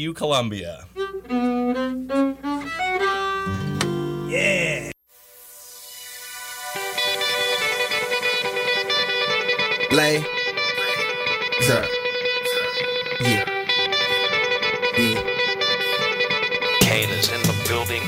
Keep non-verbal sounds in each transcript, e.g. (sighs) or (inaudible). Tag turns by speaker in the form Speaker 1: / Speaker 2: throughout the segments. Speaker 1: you, Columbia.
Speaker 2: Lay. Sir. Yeah. Yeah.
Speaker 3: Kane is in the building.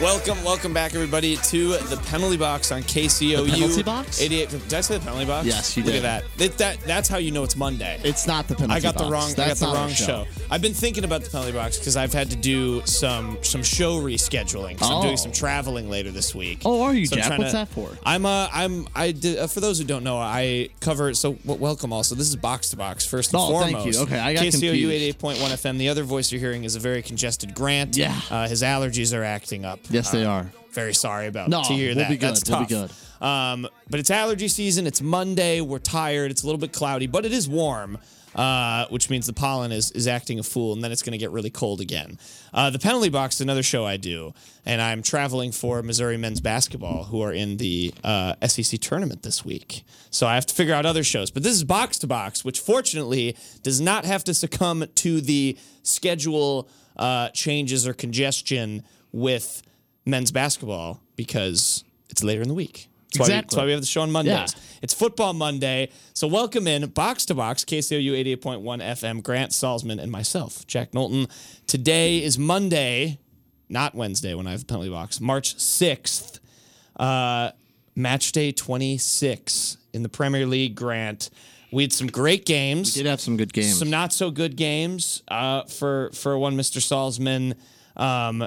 Speaker 4: Welcome, welcome back, everybody, to the penalty box on KCOU.
Speaker 5: The penalty box?
Speaker 4: 88. Did I say the penalty box?
Speaker 5: Yes, you
Speaker 4: Look
Speaker 5: did.
Speaker 4: at that. That- that. That's how you know it's Monday.
Speaker 5: It's not the penalty
Speaker 4: I got the
Speaker 5: box.
Speaker 4: wrong.
Speaker 5: That's
Speaker 4: I got
Speaker 5: not
Speaker 4: the
Speaker 5: our
Speaker 4: wrong show. I've been thinking about the penalty box because I've had to do some some show rescheduling. 'cause I'm
Speaker 5: Oh.
Speaker 4: doing some traveling later this week.
Speaker 5: Oh, are you,
Speaker 4: So I'm
Speaker 5: Jack?
Speaker 4: trying
Speaker 5: What's that for?
Speaker 4: I'm uh I'm I did uh, for those who don't know I cover so w- welcome also this is box to box first and
Speaker 5: Oh,
Speaker 4: foremost.
Speaker 5: thank you. Okay, I got
Speaker 4: KCOU
Speaker 5: confused.
Speaker 4: 88.1 FM. The other voice you're hearing is a very congested Grant.
Speaker 5: Yeah.
Speaker 4: uh, his allergies are acting up.
Speaker 5: Yes, they
Speaker 4: Uh,
Speaker 5: are.
Speaker 4: Very sorry about
Speaker 5: No,
Speaker 4: to hear
Speaker 5: we'll
Speaker 4: that.
Speaker 5: be good.
Speaker 4: That's
Speaker 5: We'll
Speaker 4: tough.
Speaker 5: be good.
Speaker 4: Um, but it's allergy season. It's Monday. We're tired. It's a little bit cloudy, but it is warm, uh, which means the pollen is is acting a fool, and then it's going to get really cold again. Uh, the penalty box is another show I do, and I'm traveling for Missouri men's basketball, who are in the uh, SEC tournament this week. So I have to figure out other shows. But this is box to box, which fortunately does not have to succumb to the schedule uh, changes or congestion with men's basketball because it's later in the week. That's why, we, that's
Speaker 5: Exactly.
Speaker 4: why we have the show on Mondays.
Speaker 5: Yeah.
Speaker 4: It's Football Monday. So welcome in Box to Box, KCOU 88.1 FM, Grant Salzman, and myself, Jack Knowlton. Today is Monday, not Wednesday when I have the penalty box, March 6th, uh, match day 26 in the Premier League, Grant. We had some great games.
Speaker 5: Did have some good games.
Speaker 4: Some not so good games uh, for for one Mr. Salzman. Um,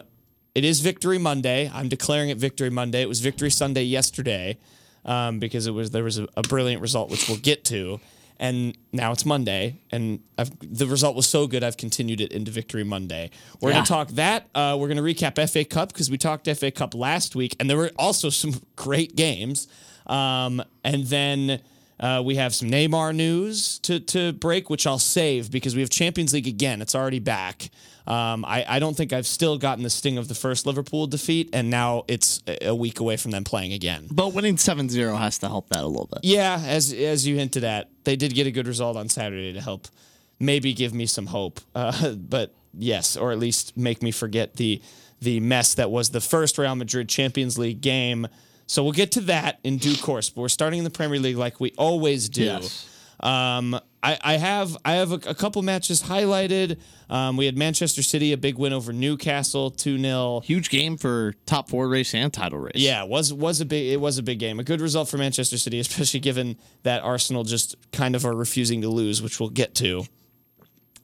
Speaker 4: it is Victory Monday. I'm declaring it Victory Monday. It was Victory Sunday yesterday um, because it was there was a, a brilliant result which we'll get to, and now it's Monday, and I've, the result was so good I've continued it into Victory Monday. We're
Speaker 5: Yeah.
Speaker 4: gonna talk that. Uh, we're gonna recap FA Cup because we talked FA Cup last week, and there were also some (laughs) great games. Um, and then uh, we have some Neymar news to, to break, which I'll save because we have Champions League again. It's already back. Um, I, I don't think I've still gotten the sting of the first Liverpool defeat, and now it's a- a week away from them playing again.
Speaker 5: but winning 7-0 has to help that a little bit.
Speaker 4: Yeah, as as you hinted at, they did get a good result on Saturday to help maybe give me some hope. (laughs) Uh, but yes, or at least make me forget the the mess that was the first Real Madrid Champions League game. So we'll get to that in due course. But we're starting in the Premier League like we always do.
Speaker 5: Yes.
Speaker 4: Um, I, I have I have a, a couple matches highlighted. Um, we had Manchester City a big win over Newcastle two 0
Speaker 5: Huge game for top four race and title race.
Speaker 4: yeah, was was a big it was a big game. A good result for Manchester City, (laughs) especially given that Arsenal just kind of are refusing to lose, which we'll get to.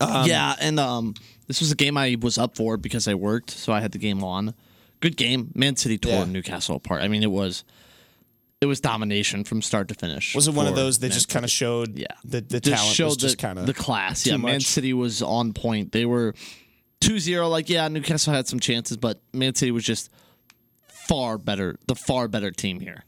Speaker 5: yeah, and um, this was a game I was up for because I worked, so I had the game on. Good game. Man City tore
Speaker 4: Yeah.
Speaker 5: Newcastle apart. I mean, it was it was domination from start to finish.
Speaker 4: Was it one of
Speaker 5: for
Speaker 4: those that
Speaker 5: Man
Speaker 4: just kind of showed
Speaker 5: Yeah,
Speaker 4: the the
Speaker 5: Just
Speaker 4: talent
Speaker 5: showed
Speaker 4: was just
Speaker 5: the,
Speaker 4: kind of
Speaker 5: the class.
Speaker 4: too
Speaker 5: Yeah, Man
Speaker 4: much.
Speaker 5: City was on point. They were 2-0. Like yeah, Newcastle had some chances, but Man City was just far better. The far better team here.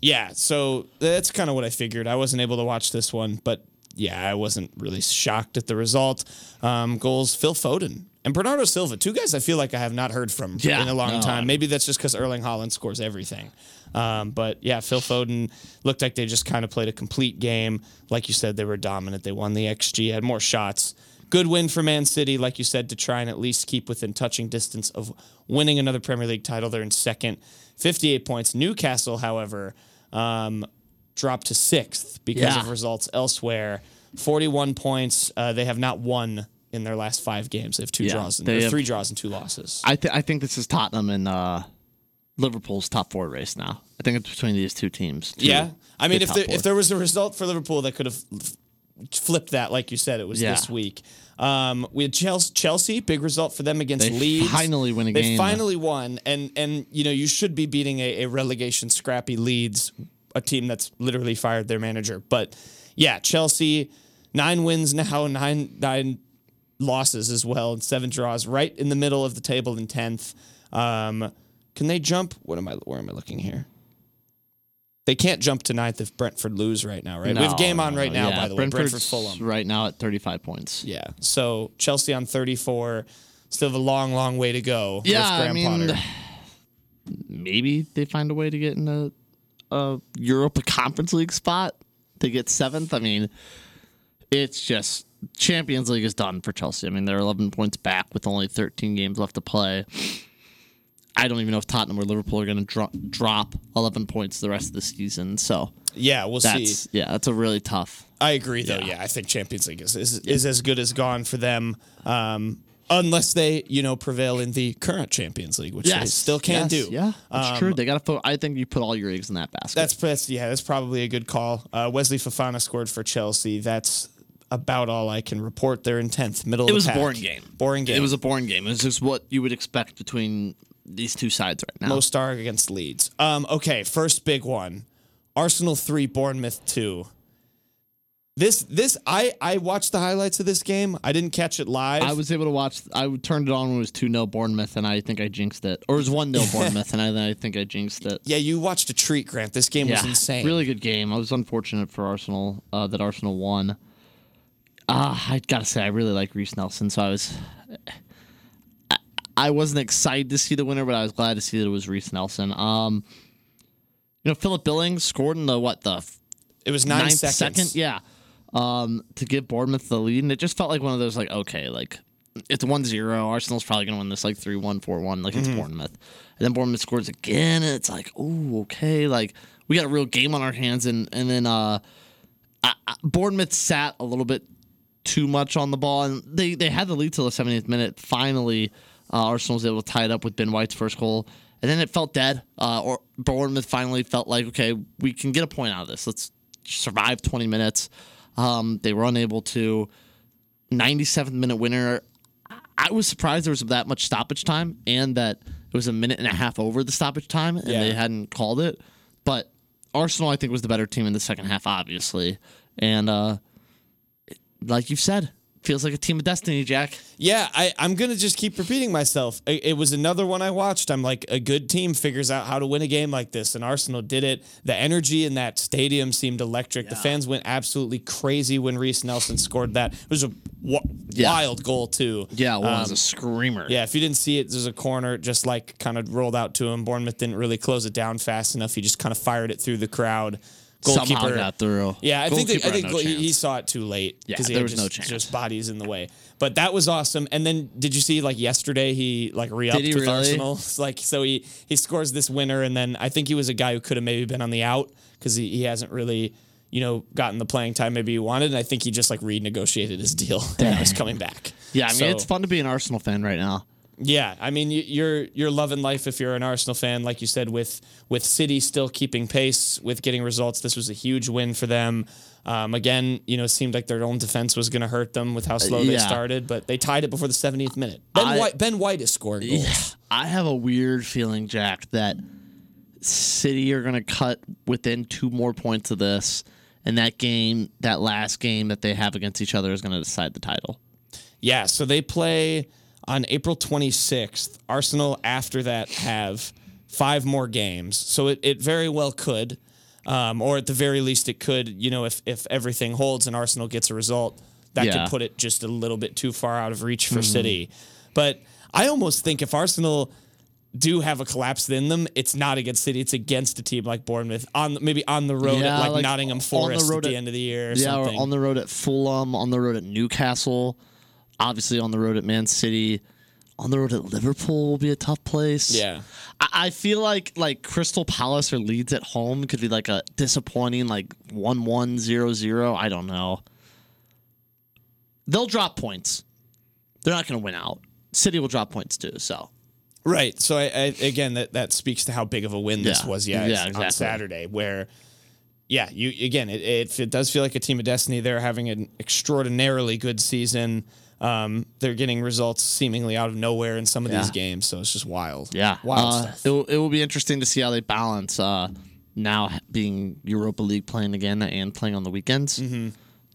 Speaker 4: yeah. So that's kind of what I figured. I wasn't able to watch this one, but yeah, I wasn't really shocked at the result. Um, goals: Phil Foden and Bernardo Silva, two guys I feel like I have not heard from
Speaker 5: Yeah,
Speaker 4: in a long
Speaker 5: no,
Speaker 4: time.
Speaker 5: I-
Speaker 4: Maybe that's just because Erling Holland scores everything. Um, but yeah, Phil Foden looked like they just kind of played a complete game. Like you said, they were dominant. They won the XG, had more shots. Good win for Man City, like you said, to try and at least keep within touching distance of winning another Premier League title. They're in second, 58 points. Newcastle, however, um, dropped to sixth because
Speaker 5: Yeah.
Speaker 4: of results elsewhere. 41 points. Uh, they have not won in their last five games. They have two
Speaker 5: Yeah,
Speaker 4: draws, and,
Speaker 5: they
Speaker 4: or
Speaker 5: have-
Speaker 4: three draws and two losses.
Speaker 5: I th- I think this is Tottenham and uh, Liverpool's top four race now. I think it's between these two teams. to
Speaker 4: Yeah, I mean,
Speaker 5: the
Speaker 4: if
Speaker 5: top
Speaker 4: there,
Speaker 5: four.
Speaker 4: if there was a result for Liverpool that could have f- flipped that, like you said, it was
Speaker 5: Yeah.
Speaker 4: this week. Um, we had Chels- Chelsea, big result for them against
Speaker 5: They
Speaker 4: Leeds.
Speaker 5: finally win a
Speaker 4: they
Speaker 5: game.
Speaker 4: finally won, and and you know you should be beating a, a relegation scrappy Leeds, a team that's literally fired their manager. But yeah, Chelsea, nine wins now, nine nine losses as well, and seven draws, right in the middle of the table in tenth. Um, can they jump? What am I? Where am I looking here? They can't jump to ninth if Brentford lose right now, right? we have game on right now,
Speaker 5: yeah,
Speaker 4: by the way. Brentford
Speaker 5: Brentford's
Speaker 4: Fulham.
Speaker 5: right now at 35 points.
Speaker 4: Yeah. So Chelsea on 34. Still have a long, long way to go. with
Speaker 5: Yeah, I
Speaker 4: Graham
Speaker 5: mean,
Speaker 4: Potter.
Speaker 5: maybe they find a way to get in a, a Europa Conference League spot to get seventh. I mean, it's just Champions League is done for Chelsea. I mean, they're 11 points back with only 13 games left to play. I don't even know if Tottenham or Liverpool are going to dro- drop 11 points the rest of the season. So
Speaker 4: yeah, we'll see.
Speaker 5: that's yeah, that's a really tough.
Speaker 4: I agree, though. Yeah.
Speaker 5: Yeah.
Speaker 4: I think Champions League is is, is as good as gone for them, um, unless they you know prevail in the current Champions League, which they
Speaker 5: Yes,
Speaker 4: still can
Speaker 5: yes,
Speaker 4: do. Um,
Speaker 5: Yeah, that's true. They got to. Fo- I think you put all your eggs in that basket.
Speaker 4: That's that's yeah, that's probably a good call. Uh, Wesley Fofana scored for Chelsea. That's about all I can report. They're in tenth, middle.
Speaker 5: It
Speaker 4: of
Speaker 5: was
Speaker 4: the
Speaker 5: a
Speaker 4: pack.
Speaker 5: boring game.
Speaker 4: Boring game.
Speaker 5: It was a boring game. It was just what you would expect between these two sides right now.
Speaker 4: Most are against Leeds. Um, okay, first big one. Arsenal three, Bournemouth two. This this I I watched the highlights of this game. I didn't catch it live.
Speaker 5: I was able to watch. I turned it on when it was two 0 Bournemouth, and I think I jinxed it. Or it was
Speaker 4: (laughs)
Speaker 5: one 0 Bournemouth, and I, then I think I jinxed it.
Speaker 4: yeah, you watched a treat, Grant. This game was insane.
Speaker 5: Really good game. I was unfortunate for Arsenal uh, that Arsenal won. Uh, I gotta say, I really like Reese Nelson, so I was. I- I wasn't excited to see the winner, but I was glad to see that it was Reese Nelson. Um, you know, Philip Billings scored in the what the
Speaker 4: It was nine
Speaker 5: ninth
Speaker 4: seconds.
Speaker 5: second, yeah, um, to give Bournemouth the lead. And it just felt like one of those, like, okay, like, it's 1 0. Arsenal's probably going to win this, like, 3 1, 4 1. Like, it's
Speaker 4: Mm-hmm.
Speaker 5: Bournemouth. And then Bournemouth scores again, and it's like, oh, okay. Like, we got a real game on our hands. And, and then uh, I, I, Bournemouth sat a little bit too much on the ball, and they, they had the lead till the 70th minute. Finally, uh, Arsenal was able to tie it up with Ben White's first goal, and then it felt dead. Uh, or Bournemouth finally felt like, okay, we can get a point out of this. Let's survive 20 minutes. Um, they were unable to. 97th minute winner. I- I was surprised there was that much stoppage time, and that it was a minute and a half over the stoppage time, and
Speaker 4: Yeah.
Speaker 5: they hadn't called it. But Arsenal, I think, was the better team in the second half, obviously, and. uh like you've said, feels like a team of destiny, Jack.
Speaker 4: Yeah, I, I'm gonna just keep repeating myself. I- It, was another one I watched. I'm like, a good team figures out how to win a game like this, and Arsenal did it. The energy in that stadium seemed electric. The fans went absolutely crazy when Reese Nelson scored that. It was a w-
Speaker 5: Yeah.
Speaker 4: wild goal too. Um,
Speaker 5: a screamer.
Speaker 4: yeah, if you didn't see it, there's a corner just like kind of rolled out to him. Bournemouth didn't really close it down fast enough. He just kind of fired it through the crowd.
Speaker 5: somehow got through.
Speaker 4: Yeah, I think they, I
Speaker 5: Goalkeeper had
Speaker 4: think
Speaker 5: no
Speaker 4: goal- he
Speaker 5: chance.
Speaker 4: he saw it too late
Speaker 5: Yeah,
Speaker 4: he
Speaker 5: there
Speaker 4: had
Speaker 5: was
Speaker 4: just,
Speaker 5: no chance.
Speaker 4: just bodies in the way. But that was awesome. And then did you see like yesterday he like re-upped
Speaker 5: Did he
Speaker 4: with
Speaker 5: really?
Speaker 4: Arsenal? (laughs) It's like so he he scores this winner and then I think he was a guy who could have maybe been on the out because he, he hasn't really you know gotten the playing time maybe he wanted and I think he just like renegotiated his deal (laughs) and now he's coming back.
Speaker 5: yeah. I mean,
Speaker 4: So-
Speaker 5: it's fun to be an Arsenal fan right now.
Speaker 4: yeah, I mean you- you're you're loving life if you're an Arsenal fan, like you said, with with City still keeping pace with getting results. This was a huge win for them. Um, again, you know, it seemed like their own defense was going to hurt them with how slow they
Speaker 5: Uh, yeah.
Speaker 4: started, but they tied it before the 70th minute. Ben,
Speaker 5: I-
Speaker 4: White, ben White is scoring goals.
Speaker 5: I have a weird feeling, Jack, that City are going to cut within two more points of this, and that game, that last game that they have against each other, is going to decide the title.
Speaker 4: Yeah, so they play on April 26th. Arsenal, after that, have five more games. So it, it very well could, um, or at the very least, it could, you know, if, if everything holds and Arsenal gets a result, that
Speaker 5: Yeah. Mm-hmm.
Speaker 4: could put it just a little bit too far out of reach for City. But I almost think if Arsenal do have a collapse in them, it's not against City, it's against a team like Bournemouth, on maybe on the road
Speaker 5: Yeah,
Speaker 4: at like,
Speaker 5: like,
Speaker 4: Nottingham
Speaker 5: on the
Speaker 4: Forest
Speaker 5: road
Speaker 4: at the
Speaker 5: at-
Speaker 4: end of the year or
Speaker 5: yeah,
Speaker 4: something.
Speaker 5: or on the road at Fulham, on the road at Newcastle, obviously on the road at Man City, on the road at Liverpool will be a tough place.
Speaker 4: yeah.
Speaker 5: I, I feel like like Crystal Palace or Leeds at home could be like a disappointing like one one zero zero. I don't know. They'll drop points. They're not going to win out. City will drop points too. So
Speaker 4: Right. So I, I again that that speaks to how big of a win this
Speaker 5: Yeah.
Speaker 4: was. Yeah.
Speaker 5: Yeah,
Speaker 4: On
Speaker 5: exactly.
Speaker 4: Saturday, where yeah, you again it, it it does feel like a team of destiny. They're having an extraordinarily good season. Um, they're getting results seemingly out of nowhere in some of these
Speaker 5: Yeah.
Speaker 4: games. So it's just wild.
Speaker 5: yeah,
Speaker 4: Wild
Speaker 5: uh,
Speaker 4: stuff.
Speaker 5: it will, it will be interesting to see how they balance uh, now being Europa League playing again and playing on the weekends. Mm-hmm.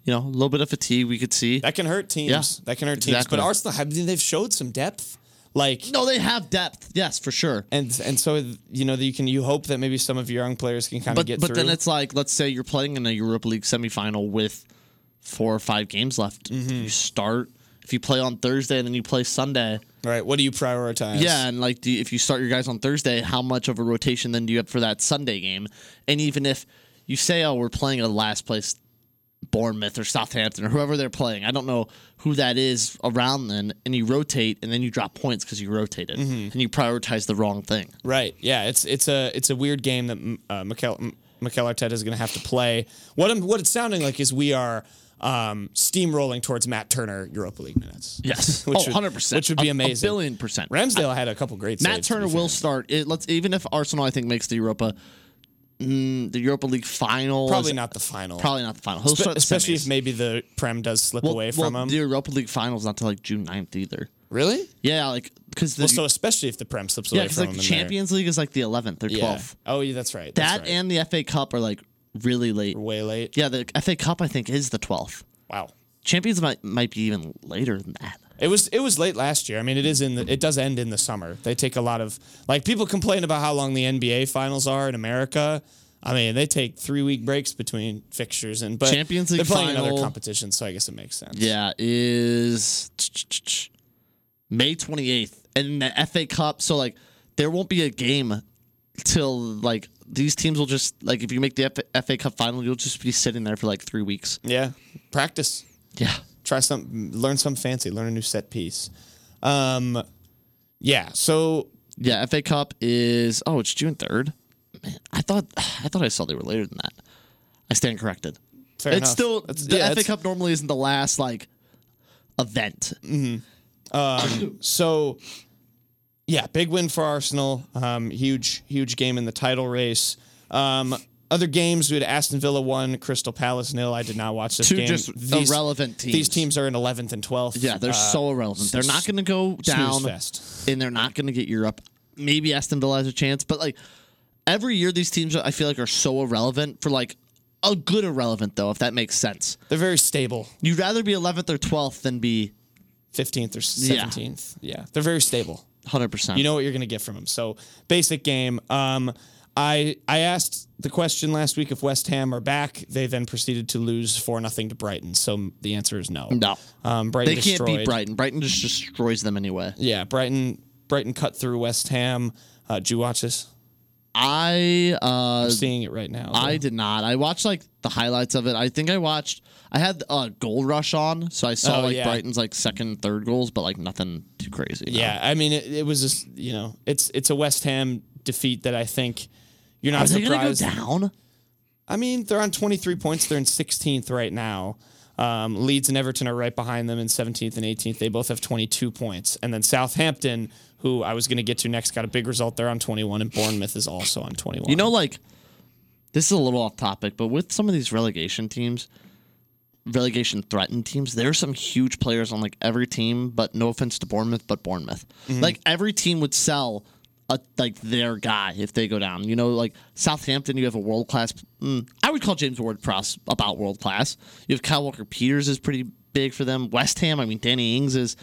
Speaker 5: You know, a little bit of fatigue we could see.
Speaker 4: That can hurt teams.
Speaker 5: Yeah,
Speaker 4: that can hurt teams.
Speaker 5: exactly.
Speaker 4: But Arsenal, I mean, they've showed some depth. Like
Speaker 5: No, they have depth. Yes, for sure.
Speaker 4: and and so you know that you can you hope that maybe some of your young players can kind of
Speaker 5: But
Speaker 4: get
Speaker 5: but
Speaker 4: through.
Speaker 5: then it's like let's say you're playing in a Europa League semifinal with four or five games left.
Speaker 4: Mm-hmm.
Speaker 5: You start if you play on Thursday and then you play Sunday.
Speaker 4: right. What do you prioritize?
Speaker 5: Yeah, and like do you- if you start your guys on Thursday, how much of a rotation then do you have for that Sunday game? And even if you say, oh, we're playing a last place Bournemouth or Southampton or whoever they're playing, I don't know who that is around then, and you rotate and then you drop points because you rotated
Speaker 4: Mm-hmm.
Speaker 5: and you prioritize the wrong thing.
Speaker 4: Right. Yeah. It's it's a it's a weird game that mm, uh, Mikel M- Mikel Arteta is going to have to play. What I'm, what it's sounding like is we are um, steamrolling towards Matt Turner Europa League minutes.
Speaker 5: (laughs) Yes.
Speaker 4: (laughs) Which
Speaker 5: Oh,
Speaker 4: would-
Speaker 5: 100%.
Speaker 4: Which would be
Speaker 5: A- a
Speaker 4: amazing.
Speaker 5: billion percent.
Speaker 4: Ramsdale had a couple great.
Speaker 5: Matt
Speaker 4: saves, to be
Speaker 5: Turner
Speaker 4: fair.
Speaker 5: will start. It, let's even if Arsenal, I think, makes the Europa, mm, the Europa League final.
Speaker 4: probably
Speaker 5: is-
Speaker 4: not the final.
Speaker 5: Probably not the final. He'll
Speaker 4: Spe-
Speaker 5: start the
Speaker 4: especially
Speaker 5: semis.
Speaker 4: if maybe the Prem does slip
Speaker 5: Well-
Speaker 4: away
Speaker 5: well,
Speaker 4: from him.
Speaker 5: The Europa League finals not till like June 9th either.
Speaker 4: really?
Speaker 5: Yeah, like because the
Speaker 4: Well, so especially if the Prem slips
Speaker 5: yeah,
Speaker 4: away
Speaker 5: 'cause,
Speaker 4: from
Speaker 5: like
Speaker 4: him.
Speaker 5: the
Speaker 4: in there.
Speaker 5: Champions League is like the 11th or 12th.
Speaker 4: Yeah. Oh, yeah. That's right.
Speaker 5: That
Speaker 4: That's right.
Speaker 5: and the FA Cup are like really late.
Speaker 4: way late.
Speaker 5: Yeah, the FA Cup I think is the 12th.
Speaker 4: Wow.
Speaker 5: Champions might might be even later than that.
Speaker 4: It was it was late last year. I mean, it is in the, it does end in the summer. They take a lot of like people complain about how long the NBA finals are in America. I mean, they take three week breaks between fixtures and but
Speaker 5: Champions League
Speaker 4: they're playing
Speaker 5: final-
Speaker 4: another competition, so I guess it makes sense.
Speaker 5: Yeah, is May 28th and the FA Cup. So like there won't be a game till like these teams will just like if you make the F- FA Cup final, you'll just be sitting there for like three weeks.
Speaker 4: yeah. Practice,
Speaker 5: Yeah.
Speaker 4: try some, learn some fancy, learn a new set piece. Um, yeah. So
Speaker 5: Yeah, FA Cup is oh, it's June third. Man, I thought I thought I saw they were later than that. I stand corrected.
Speaker 4: fair
Speaker 5: it's
Speaker 4: enough.
Speaker 5: still
Speaker 4: That's-
Speaker 5: the
Speaker 4: yeah,
Speaker 5: FA
Speaker 4: it's-
Speaker 5: Cup normally isn't the last like event.
Speaker 4: So, yeah, big win for Arsenal. Um, huge, huge game in the title race. Um, other games, we had Aston Villa one, Crystal Palace nil. I did not watch this
Speaker 5: Two
Speaker 4: game.
Speaker 5: just irrelevant teams.
Speaker 4: These teams are in 11th and 12th.
Speaker 5: Yeah, they're
Speaker 4: Uh,
Speaker 5: so irrelevant. They're not going to go down,
Speaker 4: fest.
Speaker 5: and they're not going to get Europe. Maybe Aston Villa has a chance, but like every year, these teams I feel like are so irrelevant for like a good irrelevant though, if that makes sense.
Speaker 4: they're very stable.
Speaker 5: You'd rather be 11th or 12th than be
Speaker 4: 15th or
Speaker 5: Yeah.
Speaker 4: 17th. yeah they're very stable.
Speaker 5: 100. percent
Speaker 4: You know what you're going to get from him. So basic game. Um, I I asked the question last week if West Ham are back. They then proceeded to lose four nothing to Brighton. So the answer is no.
Speaker 5: No.
Speaker 4: Um, Brighton
Speaker 5: they can't beat
Speaker 4: destroyed.
Speaker 5: Brighton. Brighton just destroys them anyway.
Speaker 4: Yeah, Brighton. Brighton cut through West Ham. Uh, did you watch this?
Speaker 5: I uh,
Speaker 4: I'm seeing it right now.
Speaker 5: I did not. I watched like the highlights of it. I think I watched. I had a uh, goal rush on, so I saw
Speaker 4: Oh,
Speaker 5: like
Speaker 4: yeah.
Speaker 5: Brighton's like second, third goals, but like nothing too crazy. no.
Speaker 4: yeah, I mean it, it was just you know it's it's a West Ham defeat that I think you're not
Speaker 5: Are they gonna go
Speaker 4: surprised.
Speaker 5: down?
Speaker 4: I mean, they're on 23 points. They're in 16th right now. Um, Leeds and Everton are right behind them in 17th and 18th. They both have 22 points. And then Southampton, who I was going to get to next, got a big result. They're on 21, and Bournemouth is also on 21.
Speaker 5: You know, like this is a little off topic, but with some of these relegation teams, relegation threatened teams, there are some huge players on like every team. But no offense to Bournemouth, but Bournemouth, like every team would sell a, like their guy if they go down. You know, like Southampton, you have a world class. Mm, I would call James Ward Prowse about world class. You have Kyle Walker Peters is pretty big for them. West Ham, I mean, Danny Ings is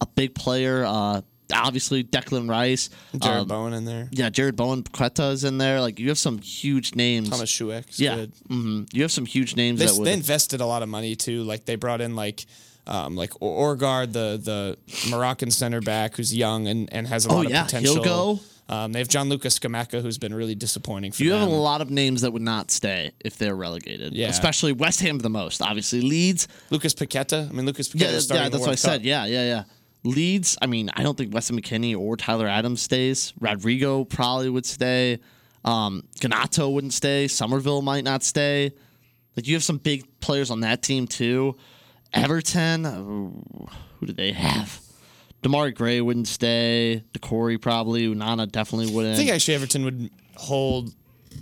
Speaker 5: a big player. Uh, obviously, Declan Rice.
Speaker 4: Jared
Speaker 5: um,
Speaker 4: Bowen in there.
Speaker 5: yeah, Jared Bowen, Quetta is in there. Like you have some huge names.
Speaker 4: Thomas Schueck.
Speaker 5: yeah,
Speaker 4: Good.
Speaker 5: hmm you have some huge names
Speaker 4: They,
Speaker 5: that would.
Speaker 4: they invested a lot of money too. Like they brought in like um, like Or- Orgard, the the Moroccan center back who's young and, and has a lot
Speaker 5: Oh, yeah,
Speaker 4: of potential.
Speaker 5: he'll go.
Speaker 4: Um, they have John Lucas Skamaka, who's been really disappointing for
Speaker 5: you
Speaker 4: them.
Speaker 5: have a lot of names that would not stay if they're relegated.
Speaker 4: Yeah.
Speaker 5: especially West Ham the most. Obviously Leeds.
Speaker 4: Lucas Paqueta. I mean, Lucas Paqueta.
Speaker 5: Yeah,
Speaker 4: is starting
Speaker 5: yeah,
Speaker 4: the
Speaker 5: that's what I
Speaker 4: World
Speaker 5: said.
Speaker 4: Cup.
Speaker 5: Yeah, yeah, yeah. Leeds. I mean, I don't think Weston McKinney or Tyler Adams stays. Rodrigo probably would stay. Um, Ganato wouldn't stay. Somerville might not stay. Like you have some big players on that team too. Everton. oh, who do they have? Damari Gray wouldn't stay. DeCorey probably. Unana definitely wouldn't.
Speaker 4: I think actually Everton would hold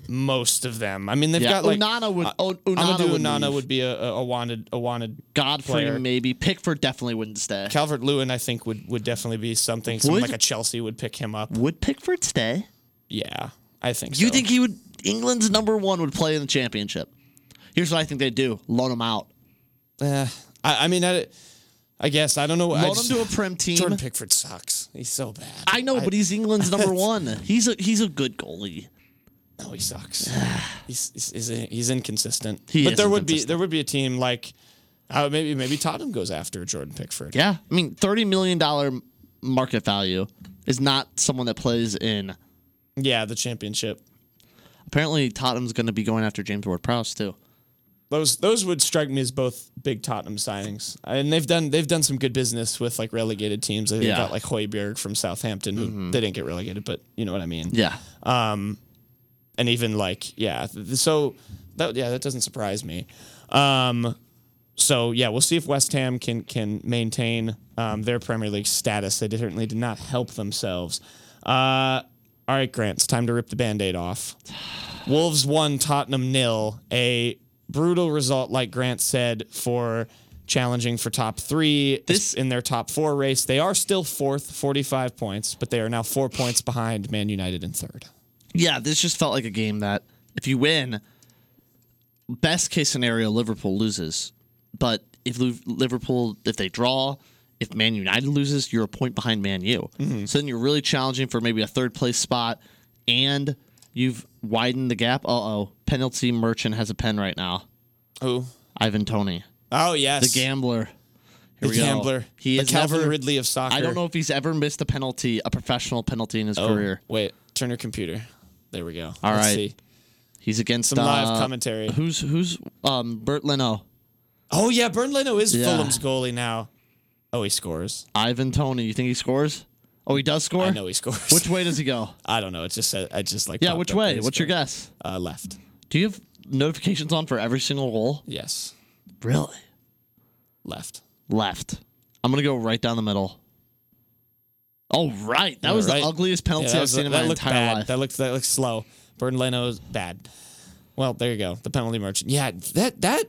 Speaker 4: most of them. I mean, they've
Speaker 5: yeah,
Speaker 4: got like
Speaker 5: Unana would. oh, Unana
Speaker 4: Amadou
Speaker 5: would
Speaker 4: Onana
Speaker 5: leave.
Speaker 4: would be a, a wanted a wanted.
Speaker 5: Godfrey
Speaker 4: player.
Speaker 5: maybe. Pickford definitely wouldn't stay.
Speaker 4: Calvert Lewin, I think, would would definitely be something. Someone
Speaker 5: Would-
Speaker 4: like a Chelsea would pick him up.
Speaker 5: would Pickford stay?
Speaker 4: Yeah, I think.
Speaker 5: Do you
Speaker 4: so.
Speaker 5: think he would? England's number one would play in the championship. Here's what I think they do: loan him out,
Speaker 4: Eh, I, I mean, I, I guess I don't know. I
Speaker 5: loan
Speaker 4: just-
Speaker 5: him to a prem team.
Speaker 4: Jordan Pickford sucks. sucks. He's so bad.
Speaker 5: I know, but he's England's (laughs) number one. He's a he's a good goalie.
Speaker 4: No, he
Speaker 5: (sighs)
Speaker 4: sucks. he's, he's he's he's inconsistent.
Speaker 5: He
Speaker 4: but
Speaker 5: is
Speaker 4: there would be
Speaker 5: inconsistent.
Speaker 4: there would be a team like uh, maybe maybe Tottenham goes after Jordan Pickford.
Speaker 5: Yeah, I mean, thirty million dollar market value is not someone that plays in.
Speaker 4: Yeah, the championship.
Speaker 5: Apparently, Tottenham's going to be going after James Ward-Prowse too.
Speaker 4: Those those would strike me as both big Tottenham signings, and they've done they've done some good business with like relegated teams. They
Speaker 5: Yeah.
Speaker 4: got like Hoiberg from Southampton. Who, They didn't get relegated, but you know what I mean.
Speaker 5: Yeah,
Speaker 4: and even like yeah th- so that yeah that doesn't surprise me um so yeah we'll see if west ham can can maintain um, their premier league status they certainly did not help themselves uh all right grant it's time to rip the band-aid off wolves won tottenham nil a brutal result like grant said for challenging for top three
Speaker 5: This-
Speaker 4: in their top four race they are still fourth 45 points but they are now four points behind man united in third
Speaker 5: yeah. This just felt like a game that if you win, best case scenario, Liverpool loses. But if Lu- Liverpool, if they draw, if Man United loses, you're a point behind Man U.
Speaker 4: Mm-hmm.
Speaker 5: So then you're really challenging for maybe a third place spot, and you've widened the gap. Uh oh, penalty merchant has a pen right now.
Speaker 4: who
Speaker 5: Ivan Tony.
Speaker 4: Oh yes,
Speaker 5: The gambler. Here
Speaker 4: the
Speaker 5: we go.
Speaker 4: gambler.
Speaker 5: He
Speaker 4: the
Speaker 5: has
Speaker 4: Calvin
Speaker 5: never-
Speaker 4: Ridley of soccer.
Speaker 5: I don't know if he's ever missed a penalty, a professional penalty in his
Speaker 4: Oh,
Speaker 5: career.
Speaker 4: Wait, turn your computer. There we go.
Speaker 5: All
Speaker 4: Let's
Speaker 5: right.
Speaker 4: see.
Speaker 5: He's against
Speaker 4: Some live
Speaker 5: uh,
Speaker 4: commentary.
Speaker 5: Who's who's um Bert Leno?
Speaker 4: Oh yeah, Bern Leno is
Speaker 5: Yeah.
Speaker 4: Fulham's goalie now. Oh, he scores.
Speaker 5: Ivan Tony. You think he scores? Oh, he does score.
Speaker 4: I know he scores.
Speaker 5: Which way does he go?
Speaker 4: (laughs) I don't know. It just said. I just like.
Speaker 5: Yeah,
Speaker 4: popped
Speaker 5: which
Speaker 4: up that
Speaker 5: way?
Speaker 4: he
Speaker 5: What's your
Speaker 4: scored.
Speaker 5: guess?
Speaker 4: Uh, left.
Speaker 5: Do you have notifications on for every single goal?
Speaker 4: Yes,
Speaker 5: Really?
Speaker 4: left.
Speaker 5: Left. I'm gonna go right down the middle. Oh, right. That
Speaker 4: You
Speaker 5: was
Speaker 4: were
Speaker 5: the
Speaker 4: right.
Speaker 5: ugliest
Speaker 4: Yeah,
Speaker 5: penalty
Speaker 4: that
Speaker 5: I've
Speaker 4: was-
Speaker 5: seen in
Speaker 4: that
Speaker 5: my
Speaker 4: looked
Speaker 5: entire
Speaker 4: bad.
Speaker 5: life.
Speaker 4: That looks that looks slow. Bern Leno's bad. Well, there you go. The penalty merchant. Yeah, that that